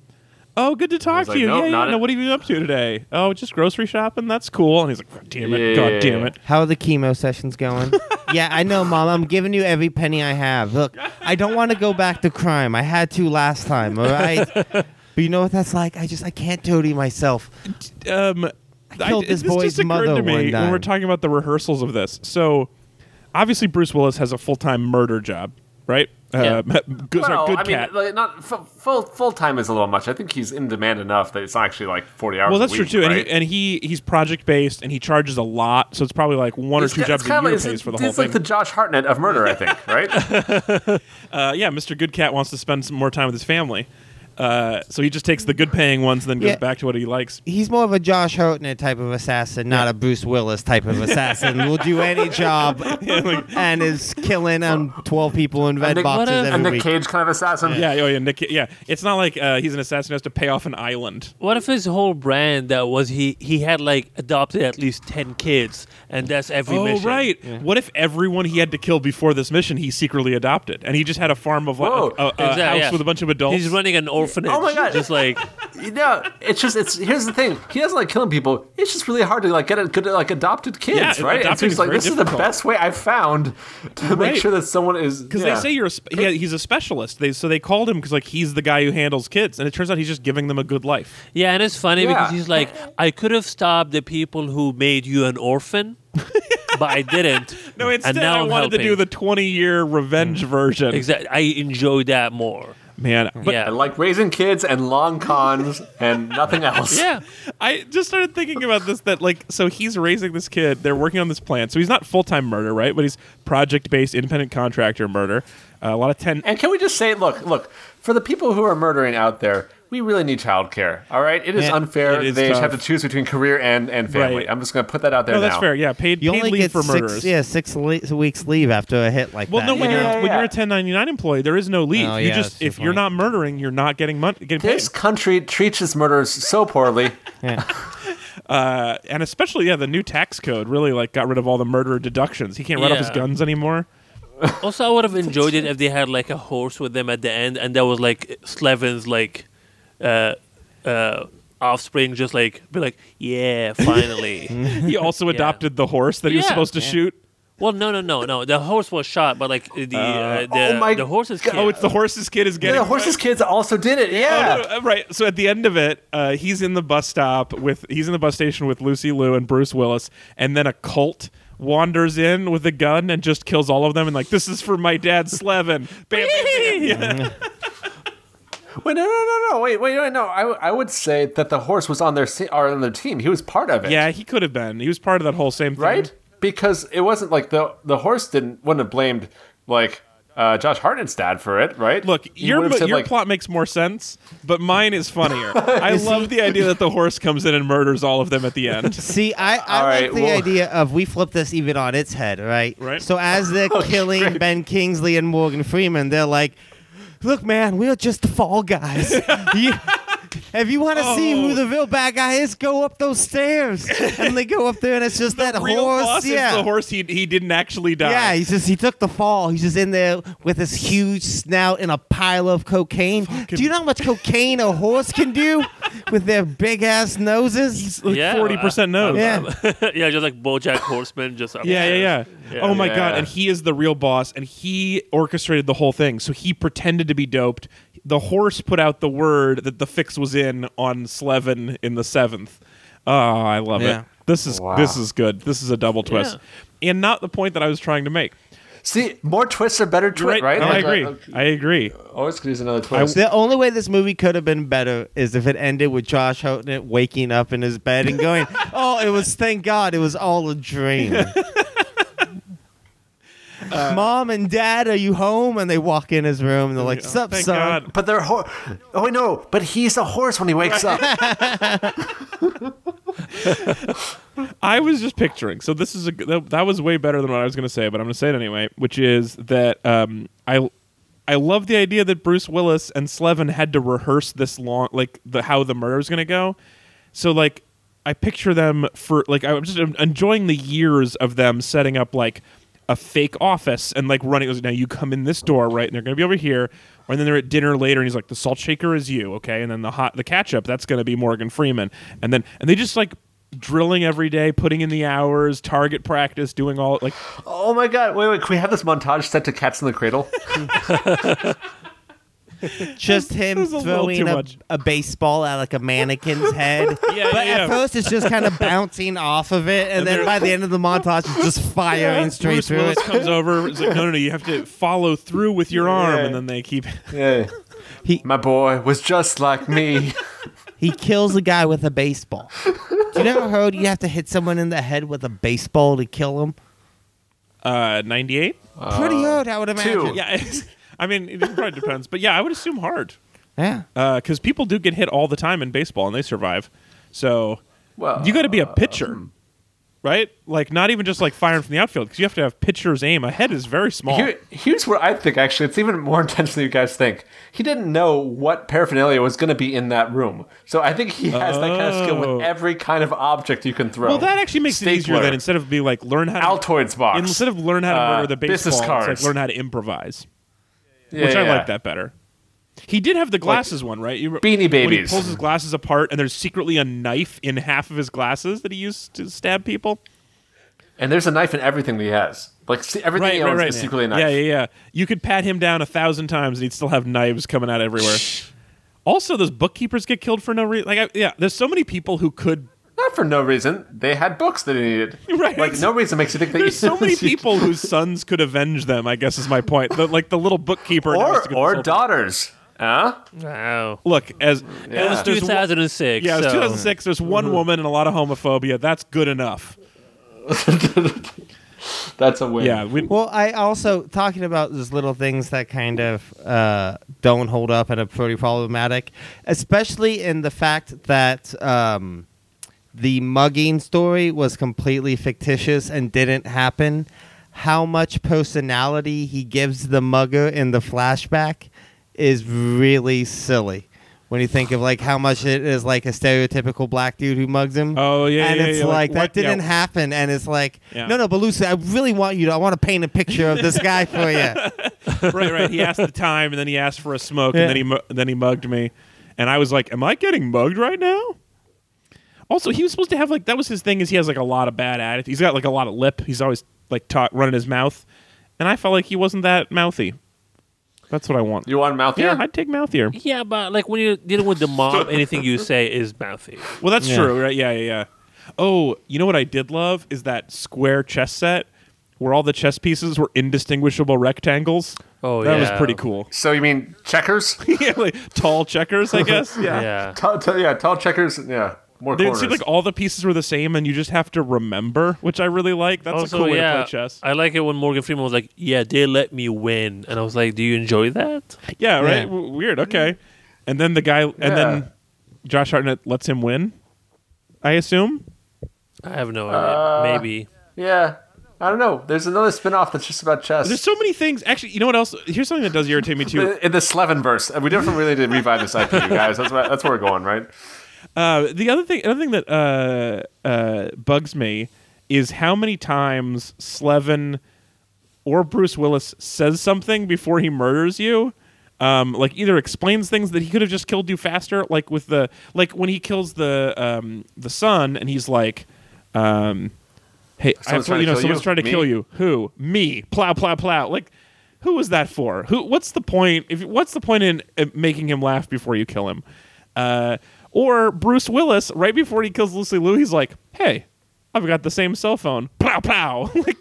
Speaker 1: oh, good to talk to
Speaker 2: like,
Speaker 1: you.
Speaker 2: "Nope,
Speaker 1: yeah, yeah.
Speaker 2: not
Speaker 1: No,
Speaker 2: it."
Speaker 1: what have you been up to today? Oh, just grocery shopping. That's cool." And he's like, "God damn it,
Speaker 2: Yeah,
Speaker 1: God
Speaker 2: yeah,
Speaker 1: damn
Speaker 2: yeah.
Speaker 1: it."
Speaker 3: How are the chemo sessions going? yeah, I know, Mom. I'm giving you every penny I have. Look, I don't want to go back to crime. I had to last time, all right? but you know what that's like? I just I can't toady myself.
Speaker 1: um, I
Speaker 3: killed this boy's
Speaker 1: just occurred
Speaker 3: mother
Speaker 1: to me
Speaker 3: one
Speaker 1: when
Speaker 3: time.
Speaker 1: we're talking about the rehearsals of this. So, obviously, Bruce Willis has a full time murder job, right?
Speaker 4: Yeah.
Speaker 1: Uh, good, sorry,
Speaker 2: Well,
Speaker 1: good
Speaker 2: I
Speaker 1: cat.
Speaker 2: mean, like, not f- full full time is a little much. I think he's in demand enough that it's not actually like forty hours.
Speaker 1: well,
Speaker 2: a
Speaker 1: that's true
Speaker 2: week,
Speaker 1: too,
Speaker 2: right?
Speaker 1: and, he, and he he's project based, and he charges a lot, so it's probably like one
Speaker 2: It's
Speaker 1: or two
Speaker 2: ki- it's
Speaker 1: jobs a
Speaker 2: kinda
Speaker 1: year
Speaker 2: like-
Speaker 1: pays
Speaker 2: it's-
Speaker 1: for the
Speaker 2: it's
Speaker 1: whole thing.
Speaker 2: like the Josh Hartnett of murder, I think, right?
Speaker 1: uh, yeah, Mr. Good Cat wants to spend some more time with his family, uh, so he just takes the good paying ones and then goes
Speaker 3: Yeah.
Speaker 1: back to what he likes.
Speaker 3: He's more of a Josh Hartnett type of assassin, not a Bruce Willis type of assassin. will do any job and is killing um, 12 people in red
Speaker 2: Nick-
Speaker 3: boxes
Speaker 4: what
Speaker 2: and
Speaker 4: a-
Speaker 3: every
Speaker 2: Nick
Speaker 3: week.
Speaker 2: Cage kind of assassin.
Speaker 1: Yeah, oh yeah, Nick, yeah. It's not like uh, he's an assassin who has to pay off an island.
Speaker 4: What if his whole brand that was he he had like adopted at least ten kids and that's every
Speaker 1: oh,
Speaker 4: mission.
Speaker 1: right. What if everyone he had to kill before this mission he secretly adopted, and he just had a farm of like
Speaker 2: Whoa.
Speaker 1: a, a, a
Speaker 4: Exactly,
Speaker 1: house
Speaker 4: yeah.
Speaker 1: with a bunch of adults?
Speaker 4: He's running an orphanage.
Speaker 2: Oh my God.
Speaker 4: Just like
Speaker 2: You know, it's just it's here's the thing. He doesn't like killing people. It's just really hard to like get a good like adopted kids,
Speaker 1: Yeah,
Speaker 2: right? And so
Speaker 1: adopting
Speaker 2: he's
Speaker 1: is
Speaker 2: like,
Speaker 1: very
Speaker 2: this is the
Speaker 1: difficult.
Speaker 2: best way I found to
Speaker 1: Right.
Speaker 2: make sure that someone is
Speaker 1: because they say you're a sp- he, he's a specialist. They so they called him because like he's the guy who handles kids, and it turns out he's just giving them a good life.
Speaker 4: Yeah, and it's funny because
Speaker 2: Yeah.
Speaker 4: he's like, I could have stopped the people who made you an orphan but I didn't.
Speaker 1: No, instead
Speaker 4: and now
Speaker 1: I
Speaker 4: I'm
Speaker 1: wanted to do
Speaker 4: helping.
Speaker 1: the 20 year revenge version.
Speaker 4: Exactly. I enjoy that more.
Speaker 1: Man, but
Speaker 4: yeah.
Speaker 2: I like raising kids and long cons and nothing else.
Speaker 4: yeah.
Speaker 1: I just started thinking about this that like so he's raising this kid, they're working on this plan. So he's not full time murder, right? But he's project based independent contractor murder. Uh, a lot of ten
Speaker 2: And can we just say, look, look, for the people who are murdering out there, we really need childcare. All right, it is
Speaker 3: Yeah,
Speaker 2: unfair.
Speaker 1: it is
Speaker 2: they
Speaker 1: tough.
Speaker 2: have to choose between career and and family.
Speaker 1: Right.
Speaker 2: I'm just going to put that out there.
Speaker 1: No, that's
Speaker 2: now.
Speaker 1: fair. Yeah, paid,
Speaker 3: You
Speaker 1: paid
Speaker 3: only
Speaker 1: leave
Speaker 3: get
Speaker 1: for
Speaker 3: six,
Speaker 1: murderers.
Speaker 3: yeah, six le- weeks leave after a hit like
Speaker 1: Well,
Speaker 3: that.
Speaker 1: no, when
Speaker 2: Yeah,
Speaker 1: you're
Speaker 2: yeah,
Speaker 1: when you're
Speaker 2: yeah.
Speaker 1: a 1099 employee, there is no leave.
Speaker 3: Oh,
Speaker 1: you
Speaker 3: yeah,
Speaker 1: just
Speaker 3: that's a
Speaker 1: if
Speaker 3: good
Speaker 1: you're
Speaker 3: point.
Speaker 1: not murdering, you're not getting money, getting paid.
Speaker 2: This country treats its murderers so poorly.
Speaker 1: Uh, and especially yeah, the new tax code really like got rid of all the murderer deductions. He can't run off his
Speaker 4: Yeah.
Speaker 1: guns anymore.
Speaker 4: Also I would have enjoyed it if they had like a horse with them at the end and that was like Slevin's like uh uh offspring just like be like, Yeah, finally.
Speaker 1: He also adopted the horse that he was
Speaker 4: Yeah.
Speaker 1: supposed to shoot.
Speaker 4: Well, no, no, no, no. The horse was shot, but like the uh, the,
Speaker 2: oh my
Speaker 4: the horse's
Speaker 2: God.
Speaker 4: kid.
Speaker 1: Oh, it's the horse's kid is
Speaker 2: Yeah,
Speaker 1: getting
Speaker 2: the horses' kids also did it. Yeah.
Speaker 1: Uh, right. So at the end of it, uh, he's in the bus stop with he's in the bus station with Lucy Liu and Bruce Willis, and then a cult wanders in with a gun and just kills all of them and like this is for my dad Slevin. Bam, bam, bam. Yeah.
Speaker 2: Wait, no, no, no, no. Wait, wait, wait, no. I, I would say that the horse was on their se- or on their team. He was part of it.
Speaker 1: Yeah, he could have been. He was part of that whole same thing.
Speaker 2: Right? Because it wasn't like the the horse didn't wouldn't have blamed like uh, Josh Hartnett's dad for it, right?
Speaker 1: Look,
Speaker 2: He
Speaker 1: your
Speaker 2: would have said,
Speaker 1: your
Speaker 2: like,
Speaker 1: plot makes more sense, but mine is funnier. I love the idea that the horse comes in and murders all of them at the end.
Speaker 3: See, I, I
Speaker 2: All
Speaker 3: like
Speaker 2: right,
Speaker 3: the
Speaker 2: well-
Speaker 3: idea of we flip this even on its head, right?
Speaker 1: Right.
Speaker 3: So as they're
Speaker 2: Oh,
Speaker 3: killing Ben Kingsley and Morgan Freeman, they're like, "Look, man, we're just the fall guys. you, If you want to see who
Speaker 1: Oh.
Speaker 3: the real bad guy is, go up those stairs. and they go up there, and it's just that
Speaker 1: real
Speaker 3: horse.
Speaker 1: boss
Speaker 3: yeah.
Speaker 1: is the horse. He, he didn't actually die.
Speaker 3: Yeah, he's just he took the fall. He's just in there with his huge snout and a pile of cocaine. Do you know how much cocaine a horse can do with their big ass noses?
Speaker 1: like
Speaker 4: Yeah,
Speaker 1: 40%
Speaker 4: I-
Speaker 1: nose.
Speaker 3: Yeah.
Speaker 4: yeah, just like BoJack Horseman, just up
Speaker 1: Yeah,
Speaker 4: there.
Speaker 1: yeah, yeah. Oh my
Speaker 2: Yeah.
Speaker 1: god! And he is the real boss, and he orchestrated the whole thing. So he pretended to be doped. The horse put out the word that the fix was in on Slevin in the seventh. Oh, I love
Speaker 3: Yeah.
Speaker 1: it. This is
Speaker 2: Wow.
Speaker 1: this is good. This is a double twist, and not the point that I was trying to make.
Speaker 2: See, more twists are better
Speaker 1: Right?
Speaker 2: twist, right?
Speaker 1: I
Speaker 2: Like,
Speaker 1: agree.
Speaker 2: uh,
Speaker 1: I agree.
Speaker 2: Always could use another twist.
Speaker 3: The only way this movie could have been better is if it ended with Josh Houghton waking up in his bed and going, "Oh, it was thank God, it was all a dream."
Speaker 1: Uh,
Speaker 3: Mom and Dad, are you home? And they walk in his room and they're like, "Sup,
Speaker 1: Thank
Speaker 3: son?"
Speaker 1: God.
Speaker 2: But they're hor- oh wait, no! But he's a horse when he wakes up.
Speaker 1: I was just picturing. So this is a that, that was way better than what I was going to say, but I'm going to say it anyway, which is that um, I I love the idea that Bruce Willis and Slevin had to rehearse this long, like the how the murder is going to go. So like I picture them for like I'm just enjoying the years of them setting up like a fake office and like running. it was, Now you come in this door, right? And they're going to be over here. And then they're at dinner later, and he's like, "The salt shaker is you, okay?" And then the hot, the ketchup, that's going to be Morgan Freeman. And then and they just like drilling every day, putting in the hours, target practice, doing all like
Speaker 2: oh my god! Wait, wait! Can we have this montage set to Cats in the Cradle?
Speaker 3: just him
Speaker 1: was a little
Speaker 3: throwing
Speaker 1: too
Speaker 3: a,
Speaker 1: much.
Speaker 3: a baseball at like a mannequin's head.
Speaker 1: Yeah,
Speaker 3: but
Speaker 1: yeah, yeah.
Speaker 3: at first it's just kind of bouncing off of it, and, then by the end of the montage, it's just firing straight
Speaker 1: Bruce
Speaker 3: through
Speaker 1: Willis
Speaker 3: it.
Speaker 1: comes over. It's like, no, no, no, you have to follow through with your arm,
Speaker 2: Yeah.
Speaker 1: and then they keep.
Speaker 2: yeah.
Speaker 3: He-
Speaker 2: my boy was just like me.
Speaker 3: He kills a guy with a baseball. Do you ever heard you have to hit someone in the head with a baseball to kill him?
Speaker 1: Uh, ninety-eight.
Speaker 3: Pretty hard, I would imagine.
Speaker 2: two.
Speaker 1: Yeah, it's- I mean, it probably depends, but yeah, I would assume hard
Speaker 3: Yeah.
Speaker 1: because people do get hit all the time in baseball and they survive. So
Speaker 2: Well,
Speaker 1: you got to be a pitcher,
Speaker 2: Uh,
Speaker 1: right? Like not even just like firing from the outfield because you have to have pitcher's aim. A head is very small.
Speaker 2: Here, here's where I think actually it's even more intense than you guys think. He didn't know what paraphernalia was going to be in that room, so I think he has that kind of skill
Speaker 1: Oh.
Speaker 2: with every kind of object you can throw.
Speaker 1: well, that actually makes it easier
Speaker 2: Stapler.
Speaker 1: that instead of be like learn how to
Speaker 2: Altoids box
Speaker 1: instead of learn how to murder
Speaker 2: Uh,
Speaker 1: the
Speaker 2: business
Speaker 1: baseball, it's like
Speaker 2: cards.
Speaker 1: learn how to improvise.
Speaker 2: Yeah,
Speaker 1: which I
Speaker 2: yeah.
Speaker 1: like that better. He did have the glasses one, right? You,
Speaker 2: Beanie
Speaker 1: When he
Speaker 2: Babies.
Speaker 1: pulls his glasses apart, and there's secretly a knife in half of his glasses that he used to stab people.
Speaker 2: And there's a knife in everything that he has. Like see, everything he
Speaker 1: Right, right,
Speaker 2: owns
Speaker 1: right.
Speaker 2: is secretly a knife.
Speaker 1: Yeah, yeah, yeah. You could pat him down a thousand times, and he'd still have knives coming out everywhere. also, those bookkeepers get killed for no reason. Like, I, yeah, there's so many people who could.
Speaker 2: Not for no reason. They had books that he needed.
Speaker 1: Right.
Speaker 2: Like no reason makes you think that
Speaker 1: There's so many
Speaker 2: you-
Speaker 1: people whose sons could avenge them. I guess is my point. The, like the little bookkeeper knows to
Speaker 2: or or
Speaker 1: consult-
Speaker 2: daughters. Huh?
Speaker 4: Wow.
Speaker 1: Look, as
Speaker 2: Yeah. Mm-hmm. It was
Speaker 1: there's one-
Speaker 4: 2006.
Speaker 1: Yeah, it was
Speaker 4: so-
Speaker 1: 2006. There's one woman and a lot of homophobia. That's good enough.
Speaker 2: That's a win.
Speaker 1: Yeah, we,
Speaker 3: Well, I also talking about those little things that kind of uh, don't hold up and are pretty problematic, especially in the fact that um, the mugging story was completely fictitious and didn't happen. How much personality he gives the mugger in the flashback is really silly. When you think of like how much it is like a stereotypical black dude who mugs him.
Speaker 1: Oh, yeah,
Speaker 3: and
Speaker 1: yeah,
Speaker 3: it's
Speaker 1: yeah, like,
Speaker 3: like,
Speaker 1: what-
Speaker 3: that didn't
Speaker 1: yeah.
Speaker 3: happen. And it's like,
Speaker 1: Yeah.
Speaker 3: no, no, but Lucy, I really want you to. I want to paint a picture of this guy for you.
Speaker 1: right, right. He asked the time, and then he asked for a smoke,
Speaker 3: Yeah.
Speaker 1: and then he mu- then he mugged me, and I was like, "Am I getting mugged right now?" Also, he was supposed to have like that was his thing is he has like a lot of bad attitude. He's got like a lot of lip. He's always like ta- running his mouth, and I felt like he wasn't that mouthy. That's what I want.
Speaker 2: You want mouth
Speaker 1: yeah,
Speaker 2: here?
Speaker 1: I'd take mouthier.
Speaker 4: Yeah, but like when you're dealing with the mob, anything you say is mouthy.
Speaker 1: Well, that's
Speaker 3: Yeah.
Speaker 1: true, right? Yeah, yeah, yeah. Oh, you know what I did love is that square chess set where all the chess pieces were indistinguishable rectangles.
Speaker 4: Oh,
Speaker 1: that was
Speaker 4: yeah.
Speaker 1: pretty cool.
Speaker 2: So you mean checkers?
Speaker 1: yeah, like tall checkers, I guess.
Speaker 4: Yeah.
Speaker 2: Tall, tall- yeah, tall checkers. Yeah, more
Speaker 1: They- It
Speaker 2: corners.
Speaker 1: seemed like all the pieces were the same, and you just have to remember, which I really like. That's
Speaker 4: also,
Speaker 1: a cool way
Speaker 4: yeah,
Speaker 1: to play chess.
Speaker 4: I like it when Morgan Freeman was like, "Yeah, they let me win," and I was like, "Do you enjoy that?"
Speaker 1: yeah, right.
Speaker 3: Yeah.
Speaker 1: W- weird. Okay. And then the guy, and then Josh Hartnett lets him win. I assume.
Speaker 4: I have no idea. Maybe.
Speaker 2: yeah, I don't know. There's another spin-off that's just about chess.
Speaker 1: There's so many things. Actually, you know what else? Here's something that does irritate me too.
Speaker 2: in the Slevin verse, we definitely really did revive this IP, you guys. That's where, that's where we're going, right?
Speaker 1: Uh, the other thing, another thing that uh, uh, bugs me is how many times Slevin or Bruce Willis says something before he murders you. Um, like either explains things that he could have just killed you faster, like with the like when he kills the um, the son, and he's like, um, "Hey, I
Speaker 2: Someone's
Speaker 1: have to let
Speaker 2: trying
Speaker 1: you
Speaker 2: to
Speaker 1: know
Speaker 2: kill
Speaker 1: someone's
Speaker 2: you?
Speaker 1: trying to
Speaker 2: Me?
Speaker 1: kill you. Who? Me? Plow, plow, plow. Like, who was that for? Who? What's the point? If what's the point in uh, making him laugh before you kill him? Uh, or Bruce Willis, right before he kills Lucy Liu, he's like, "Hey, I've got the same cell phone. Plow, plow." like,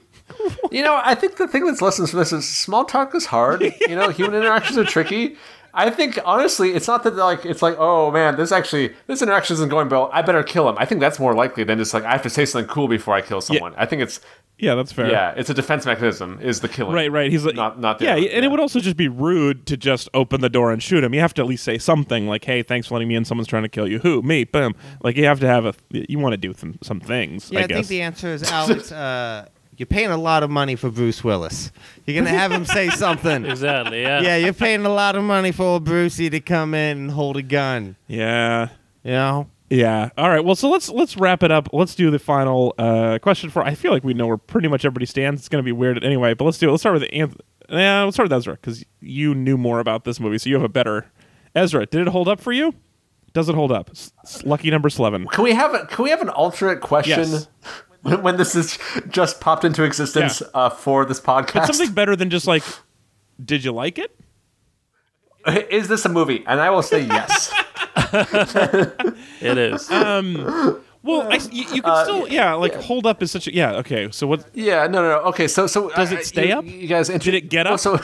Speaker 2: You know, I think the thing that's lessons from this is small talk is hard. You know, human interactions are tricky. I think honestly, it's not that like it's like, oh man, this actually this interaction isn't going well. I better kill him. I think that's more likely than just like I have to say something cool before I kill someone. I think it's
Speaker 1: yeah, that's fair.
Speaker 2: yeah, it's a defense mechanism is the killing.
Speaker 1: Right, right. He's like,
Speaker 2: Not- not the
Speaker 1: yeah,
Speaker 2: other-
Speaker 1: and
Speaker 2: yeah.
Speaker 1: it would also just be rude to just open the door and shoot him. You have to at least say something like, "Hey, thanks for letting me in. Someone's trying to kill you. Who? Me? Boom!" Like you have to have a, you want to do some some things.
Speaker 3: Yeah, I,
Speaker 1: I guess.
Speaker 3: think the answer is Alex. Uh, you're paying a lot of money for Bruce Willis. You're gonna have him say something.
Speaker 4: Exactly. Yeah.
Speaker 3: Yeah, you're paying a lot of money for old Brucey to come in and hold a gun.
Speaker 1: yeah,
Speaker 3: You know.
Speaker 1: yeah. All right. Well, so let's let's wrap it up. Let's do the final uh, question for. I feel like we know where pretty much everybody stands. It's going to be weird anyway, but let's do it. Let's start with Anth. Yeah, let's start with Ezra because you knew more about this movie, so you have a better. Ezra, did it hold up for you? Does it hold up? S- s- lucky number eleven.
Speaker 2: Can we have a, can we have an alternate question
Speaker 1: Yes.
Speaker 2: when, when this is just popped into existence
Speaker 1: Yeah.
Speaker 2: uh, for this podcast?
Speaker 1: something better than just like did you like it
Speaker 2: is this a movie? And I will say yes.
Speaker 4: It is.
Speaker 1: well I s- you, you can
Speaker 3: uh,
Speaker 1: still yeah like hold up is such a yeah okay so what
Speaker 2: Yeah, no, no, no. Okay, so so
Speaker 1: Does it
Speaker 2: uh,
Speaker 1: stay
Speaker 2: you,
Speaker 1: up?
Speaker 2: You guys, intro-
Speaker 1: Did it get up?
Speaker 2: So,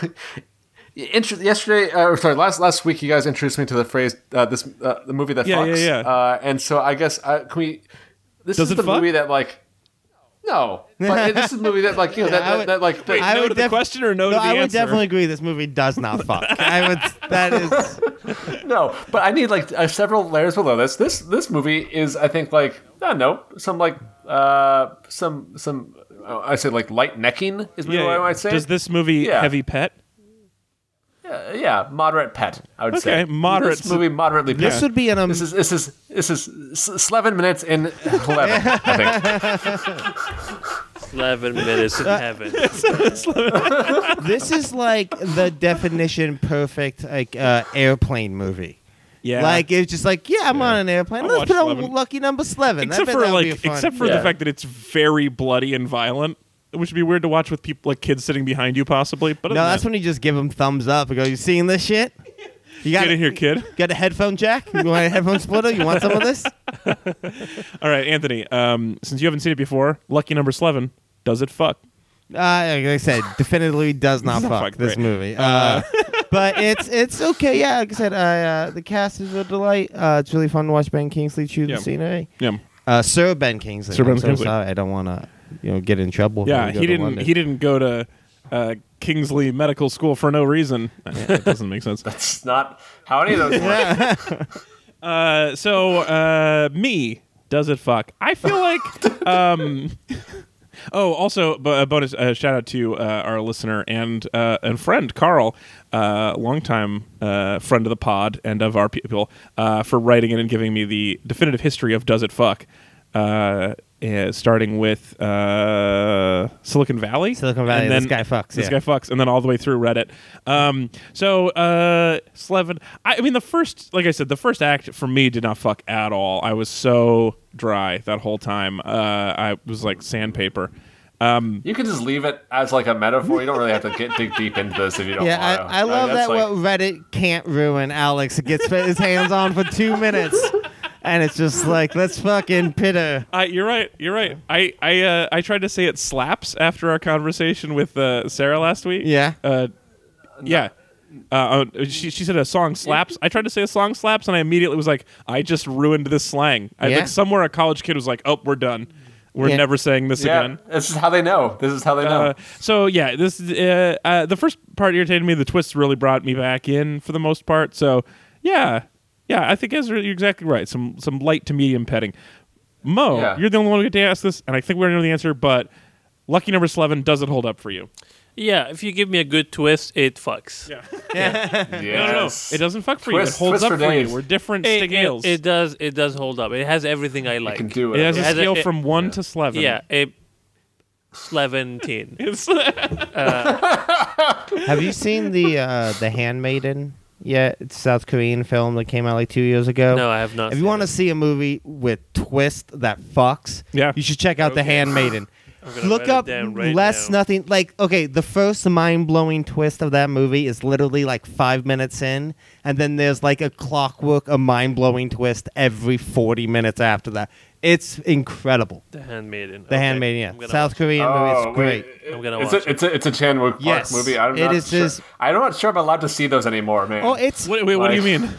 Speaker 2: intro- yesterday, uh, or sorry, last last week, you guys introduced me to the phrase uh, this uh, the movie that
Speaker 1: Yeah,
Speaker 2: fucks.
Speaker 1: yeah, yeah.
Speaker 2: Uh, and so I guess uh, can we? This
Speaker 1: Does
Speaker 2: is
Speaker 1: it
Speaker 2: the
Speaker 1: fuck?
Speaker 2: movie that like no, but it- this is the movie that like you know that,
Speaker 3: I
Speaker 2: that,
Speaker 3: would-
Speaker 2: that, like that-
Speaker 3: I
Speaker 1: no
Speaker 3: would
Speaker 1: to the
Speaker 3: def-
Speaker 1: question or no,
Speaker 3: No,
Speaker 1: to the
Speaker 3: I would
Speaker 1: answer
Speaker 3: definitely agree. This movie does not fuck. I would. That is.
Speaker 2: no, but I need like uh, several layers below this. This this movie is, I think, like I don't know, some like uh some some uh, I say like light necking is maybe
Speaker 1: yeah,
Speaker 2: what I
Speaker 1: yeah.
Speaker 2: might say.
Speaker 1: does this movie
Speaker 2: Yeah.
Speaker 1: heavy pet
Speaker 2: Uh, yeah, moderate pet. I would say.
Speaker 1: Okay, moderate.
Speaker 2: This movie moderately pet.
Speaker 3: This would be an. Um,
Speaker 2: This is this is this is s- eleven minutes in eleven. I think.
Speaker 4: Eleven minutes in heaven.
Speaker 3: this is like the definition perfect like uh, airplane movie.
Speaker 1: yeah
Speaker 3: Like it's just like yeah, I'm on an airplane.
Speaker 1: I'll
Speaker 3: Let's
Speaker 1: watch
Speaker 3: put on
Speaker 1: 11.
Speaker 3: lucky number eleven. I
Speaker 1: except
Speaker 3: bet
Speaker 1: for
Speaker 3: that'll be
Speaker 1: like
Speaker 3: fun.
Speaker 1: except for
Speaker 2: Yeah.
Speaker 1: the fact that it's very bloody and violent which would be weird to watch with people like kids sitting behind you possibly but
Speaker 3: no, that's when you just give him thumbs up and go, "You seeing this shit? You got
Speaker 1: get in here kid
Speaker 3: Got a headphone jack? You want a headphone splitter? You want some of this? Uh,
Speaker 1: all right anthony um since you haven't seen it before lucky number 11 does it fuck
Speaker 3: Uh, like I said, definitively does not fuck,
Speaker 1: fuck,
Speaker 3: this
Speaker 1: right.
Speaker 3: movie. Uh, but it's it's okay. Yeah, like I said, uh, uh, the cast is a delight. Uh, it's really fun to watch Ben Kingsley chew
Speaker 1: Yeah.
Speaker 3: the scenery.
Speaker 1: yeah
Speaker 3: Uh, Sir Ben Kingsley.
Speaker 1: Sir Ben
Speaker 3: I'm so
Speaker 1: Kingsley.
Speaker 3: sorry. I don't want to you know get in trouble. when
Speaker 1: Yeah,
Speaker 3: we go
Speaker 1: he
Speaker 3: to
Speaker 1: didn't.
Speaker 3: London.
Speaker 1: He didn't go to uh, Kingsley Medical School for no reason. that doesn't make sense.
Speaker 2: It's not how any of those work.
Speaker 1: Uh, so uh, me does it fuck? I feel like. Um, oh, also b- a bonus uh, shout out to uh, our listener and uh, and friend Carl, uh, longtime uh, friend of the pod and of our people, uh, for writing in and giving me the definitive history of does it fuck. Uh, eh, starting with uh, Silicon Valley,
Speaker 3: Silicon Valley,
Speaker 1: and then
Speaker 3: this guy fucks,
Speaker 1: This
Speaker 3: yeah.
Speaker 1: guy fucks, and then all the way through Reddit. Um, so uh, Slevin, I, I mean, the first, like I said, the first act for me did not fuck at all. I was so dry that whole time. Uh, I was like sandpaper.
Speaker 2: You can just leave it as like a metaphor. You don't really have to get dig deep into this if you don't.
Speaker 3: Yeah,
Speaker 2: want to.
Speaker 3: I, I love that.
Speaker 2: that's
Speaker 3: what
Speaker 2: like-
Speaker 3: Reddit can't ruin. Alex gets his hands on for two minutes, and it's just like let's fucking pitter.
Speaker 1: I, you're right. You're right. I I uh, I tried to say it slaps after our conversation with uh, Sarah last week.
Speaker 3: Yeah.
Speaker 1: Uh, yeah. Uh, uh, she she said a song slaps. I tried to say a song slaps, and I immediately was like, I just ruined this slang. I
Speaker 3: Yeah.
Speaker 1: think somewhere a college kid was like, Oh, we're done. We're
Speaker 3: Yeah.
Speaker 1: never saying this
Speaker 2: yeah,
Speaker 1: again.
Speaker 2: this is how they know. This is how they know.
Speaker 1: Uh, so yeah, this is, uh, uh, the first part irritated me. The twist really brought me back in for the most part. So yeah, yeah, I think Ezra, you're exactly right. Some some light to medium petting. Mo,
Speaker 2: Yeah.
Speaker 1: you're the only one who get to ask this, and I think we're gonna know the answer. But Lucky number 11 doesn't hold up for you.
Speaker 4: Yeah, if you give me a good twist, it fucks.
Speaker 1: Yeah. No, no, no.
Speaker 2: Yes.
Speaker 1: It doesn't fuck for
Speaker 2: Twist-
Speaker 1: you. It holds
Speaker 2: twist
Speaker 1: up
Speaker 2: for
Speaker 1: for, you.
Speaker 2: days.
Speaker 1: We're different
Speaker 4: It,
Speaker 1: scales.
Speaker 4: it, it does. It does hold up. It has everything I like.
Speaker 2: You can do
Speaker 1: It
Speaker 2: it.
Speaker 1: has a
Speaker 4: has a-
Speaker 1: scale
Speaker 4: it-
Speaker 1: from 1 to 11.
Speaker 4: Yeah, it. Seventeen.
Speaker 1: It's-
Speaker 3: Have you seen the uh, the Handmaiden yet? It's a South Korean film that came out like two years ago.
Speaker 4: No, I have not
Speaker 3: If
Speaker 4: seen
Speaker 3: you want
Speaker 4: it.
Speaker 3: to see a movie with twist that fucks,
Speaker 1: Yeah.
Speaker 3: you should check out the
Speaker 4: Okay.
Speaker 3: Handmaiden.
Speaker 4: gonna
Speaker 3: Look
Speaker 4: write it
Speaker 3: up
Speaker 4: down right
Speaker 3: less
Speaker 4: now.
Speaker 3: nothing. Like okay, the first mind blowing twist of that movie is literally like five minutes in, and then there's like a clockwork, a mind blowing twist every forty minutes after that. It's incredible.
Speaker 4: The Handmaiden.
Speaker 3: The
Speaker 4: Okay,
Speaker 3: Handmaiden,
Speaker 4: I'm
Speaker 3: yeah.
Speaker 4: gonna
Speaker 3: South
Speaker 4: watch it.
Speaker 3: Korean movie. It's great.
Speaker 2: Oh, Wait.
Speaker 4: I'm gonna
Speaker 2: it's
Speaker 4: watch
Speaker 2: a, It's a, it's a Chan Wook Park
Speaker 3: Yes.
Speaker 2: movie. I'm
Speaker 3: It
Speaker 2: not
Speaker 3: is
Speaker 2: sure.
Speaker 3: his-
Speaker 2: I'm not sure I'm allowed to see those anymore, man.
Speaker 3: Oh, it's
Speaker 1: wait, wait, what do you mean?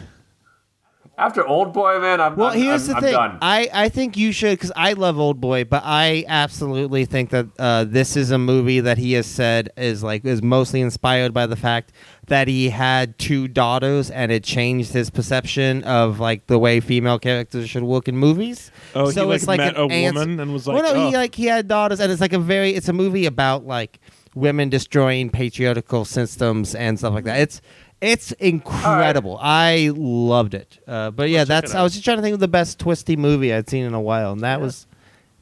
Speaker 2: After Old Boy, man, I'm,
Speaker 3: Well,
Speaker 2: I'm,
Speaker 3: here's
Speaker 2: I'm,
Speaker 3: the
Speaker 2: I'm
Speaker 3: thing.
Speaker 2: done.
Speaker 3: I, I think you should because I love Old Boy, but I absolutely think that uh, this is a movie that he has said is like is mostly inspired by the fact that he had two daughters and it changed his perception of like the way female characters should look in movies.
Speaker 1: Oh, he,
Speaker 3: so
Speaker 1: like,
Speaker 3: it's like
Speaker 1: met
Speaker 3: an
Speaker 1: a
Speaker 3: ans-
Speaker 1: woman and was
Speaker 3: Well,
Speaker 1: like,
Speaker 3: no, he
Speaker 1: "Oh."
Speaker 3: like he had daughters, and it's like a very it's a movie about like women destroying patriarchal systems and stuff like that. It's it's incredible. I loved it. Uh, but yeah, that's
Speaker 4: it
Speaker 3: I was just trying to think of the best twisty movie I'd seen in a while, and that was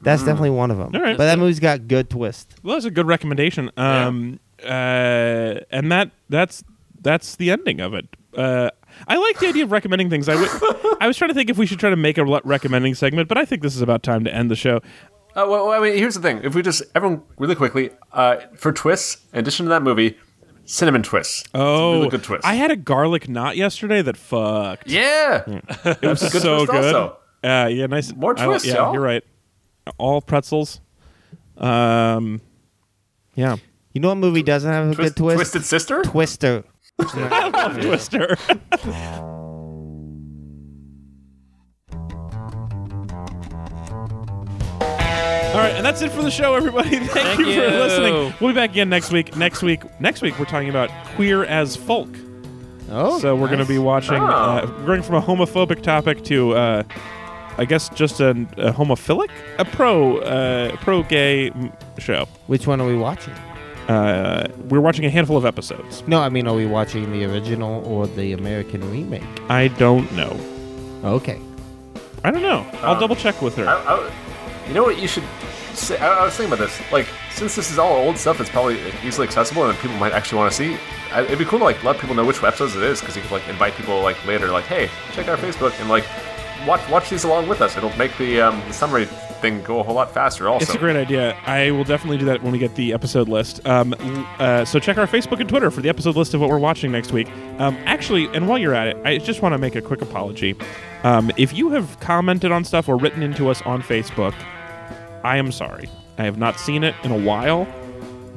Speaker 3: that's definitely one of them.
Speaker 1: All right.
Speaker 3: But that movie's got good twist.
Speaker 1: Well, that's a good recommendation. Um, uh, and that that's that's the ending of it. Uh, I like the idea of recommending things. I w- I was trying to think if we should try to make a le- recommending segment, but I think this is about time to end the show.
Speaker 2: Uh, well, well, I mean, here's the thing. If we just everyone really quickly uh, for twists, in addition to that movie, cinnamon twists.
Speaker 1: Oh,
Speaker 2: it's a really good twist.
Speaker 1: I had a garlic knot yesterday that fucked.
Speaker 2: yeah,
Speaker 1: It was
Speaker 2: That's a good
Speaker 1: so
Speaker 2: twist
Speaker 1: good.
Speaker 2: also.
Speaker 1: Uh, yeah, nice.
Speaker 2: More
Speaker 1: I-
Speaker 2: twists,
Speaker 1: yeah,
Speaker 2: y'all.
Speaker 1: you're right. All pretzels. Um, yeah,
Speaker 3: You know what movie doesn't have a
Speaker 2: Twist-
Speaker 3: good twist?
Speaker 2: Twisted Sister.
Speaker 3: Twister.
Speaker 1: Twister. All right, and that's it for the show, everybody. Thank,
Speaker 4: Thank
Speaker 1: you, for
Speaker 4: you.
Speaker 1: listening. We'll be back again next week. Next week, next week, we're talking about queer as folk.
Speaker 3: Oh,
Speaker 1: So we're going to be watching, uh, going from a homophobic topic to, uh, I guess, just an, a homophilic, a pro, uh, pro gay show.
Speaker 3: which one are we watching?
Speaker 1: Uh, we're watching a handful of episodes.
Speaker 3: No, I mean, are we watching the original or the American remake?
Speaker 1: I don't know.
Speaker 3: Okay.
Speaker 1: I don't know. I'll double check with her.
Speaker 2: I, I, you know what you should say? I, I was thinking about this. Like, since this is all old stuff, it's probably easily accessible and people might actually want to see. I, it'd be cool to like let people know which episodes it is because you could like invite people like later, like, hey, check out Facebook and like watch watch these along with us. It'll make the, um, the summary thing go a whole lot faster. Also,
Speaker 1: It's a great idea. I will definitely do that when we get the episode list. Um, l- uh, so check our Facebook and Twitter for the episode list of what we're watching next week. Um, actually, and while you're at it, I just want to make a quick apology. Um, if you have commented on stuff or written into us on Facebook, I am sorry. I have not seen it in a while.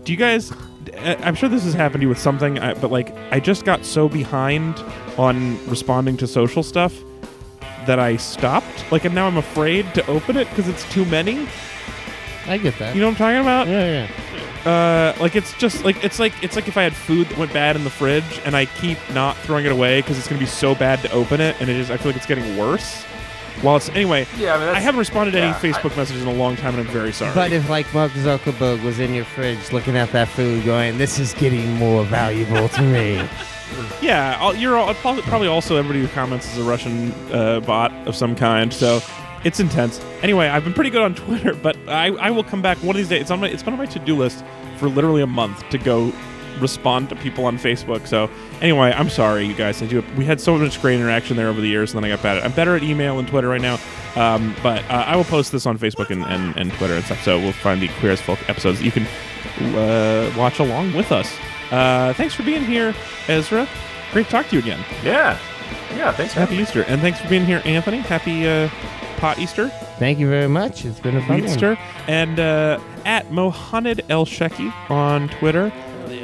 Speaker 1: Do you guys? I- I'm sure this has happened to you with something, I- but like I just got so behind on responding to social stuff that I stopped. Like, and now I'm afraid to open it because it's too many.
Speaker 3: I get that.
Speaker 1: You know what I'm talking about?
Speaker 3: yeah, yeah.
Speaker 1: Uh, like it's just like it's like it's like if I had food that went bad in the fridge and I keep not throwing it away because it's gonna be so bad to open it, and it is. I feel like it's getting worse. While it's anyway,
Speaker 2: Yeah, I mean, that's-
Speaker 1: haven't responded to
Speaker 2: yeah, I-
Speaker 1: any Facebook messages in a long time, and I'm very sorry.
Speaker 3: But if like Mark Zuckerberg was in your fridge looking at that food, going, "This is getting more valuable to me,"
Speaker 1: yeah, I'll, you're all, probably, probably also everybody who comments is a Russian uh, bot of some kind, so it's intense. Anyway, I've been pretty good on Twitter, but I, I will come back one of these days. It's on my it's been on my to do list for literally a month to go respond to people on Facebook. So anyway, I'm sorry, you guys. I do. We had so much great interaction there over the years, and then I got bad at. I'm better at email and Twitter right now, um, but uh, I will post this on Facebook and, and, and Twitter and stuff. So we'll find the queer as folk episodes. that You can uh, watch along with us. Uh, thanks for being here, Ezra. Great to talk to you again.
Speaker 2: yeah, yeah. Thanks for
Speaker 1: Happy Easter, and thanks for being here, Anthony. Happy uh, pot Easter,
Speaker 3: thank you very much. It's been a fun
Speaker 1: wheat Easter, and uh, at Mohamed El Sheki on Twitter.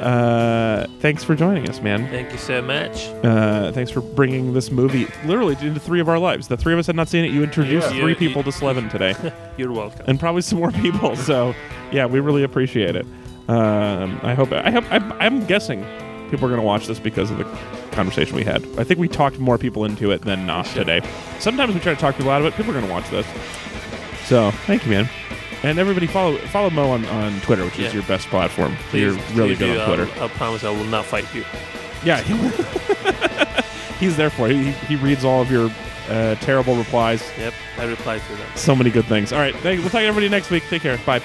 Speaker 1: Uh, thanks for joining us, man.
Speaker 4: Thank you so much.
Speaker 1: Uh, thanks for bringing this movie literally into three of our lives. The three of us had not seen it. You introduced
Speaker 4: Yeah.
Speaker 1: three
Speaker 4: You-
Speaker 1: people
Speaker 4: you-
Speaker 1: to Slevin today,
Speaker 4: You're welcome.
Speaker 1: and probably some more people. So, yeah, we really appreciate it. Um, I hope. I hope. I, I'm guessing people are going to watch this because of the conversation we had. I think we talked more people into it than not today. Sometimes we try to talk people out of it. People are going to watch this. So, thank you, man. And everybody follow follow Mo on, on Twitter, which
Speaker 4: Yeah.
Speaker 1: is your best platform.
Speaker 4: Please,
Speaker 1: You're really
Speaker 4: please
Speaker 1: good
Speaker 4: do. um,
Speaker 1: on Twitter.
Speaker 4: I'll- I promise I will not fight you.
Speaker 1: Yeah, he's there for it. He, he reads all of your uh, terrible replies.
Speaker 4: Yep, I replied to that.
Speaker 1: So many good things. All right, thank, we'll talk to everybody next week. Take care. Bye.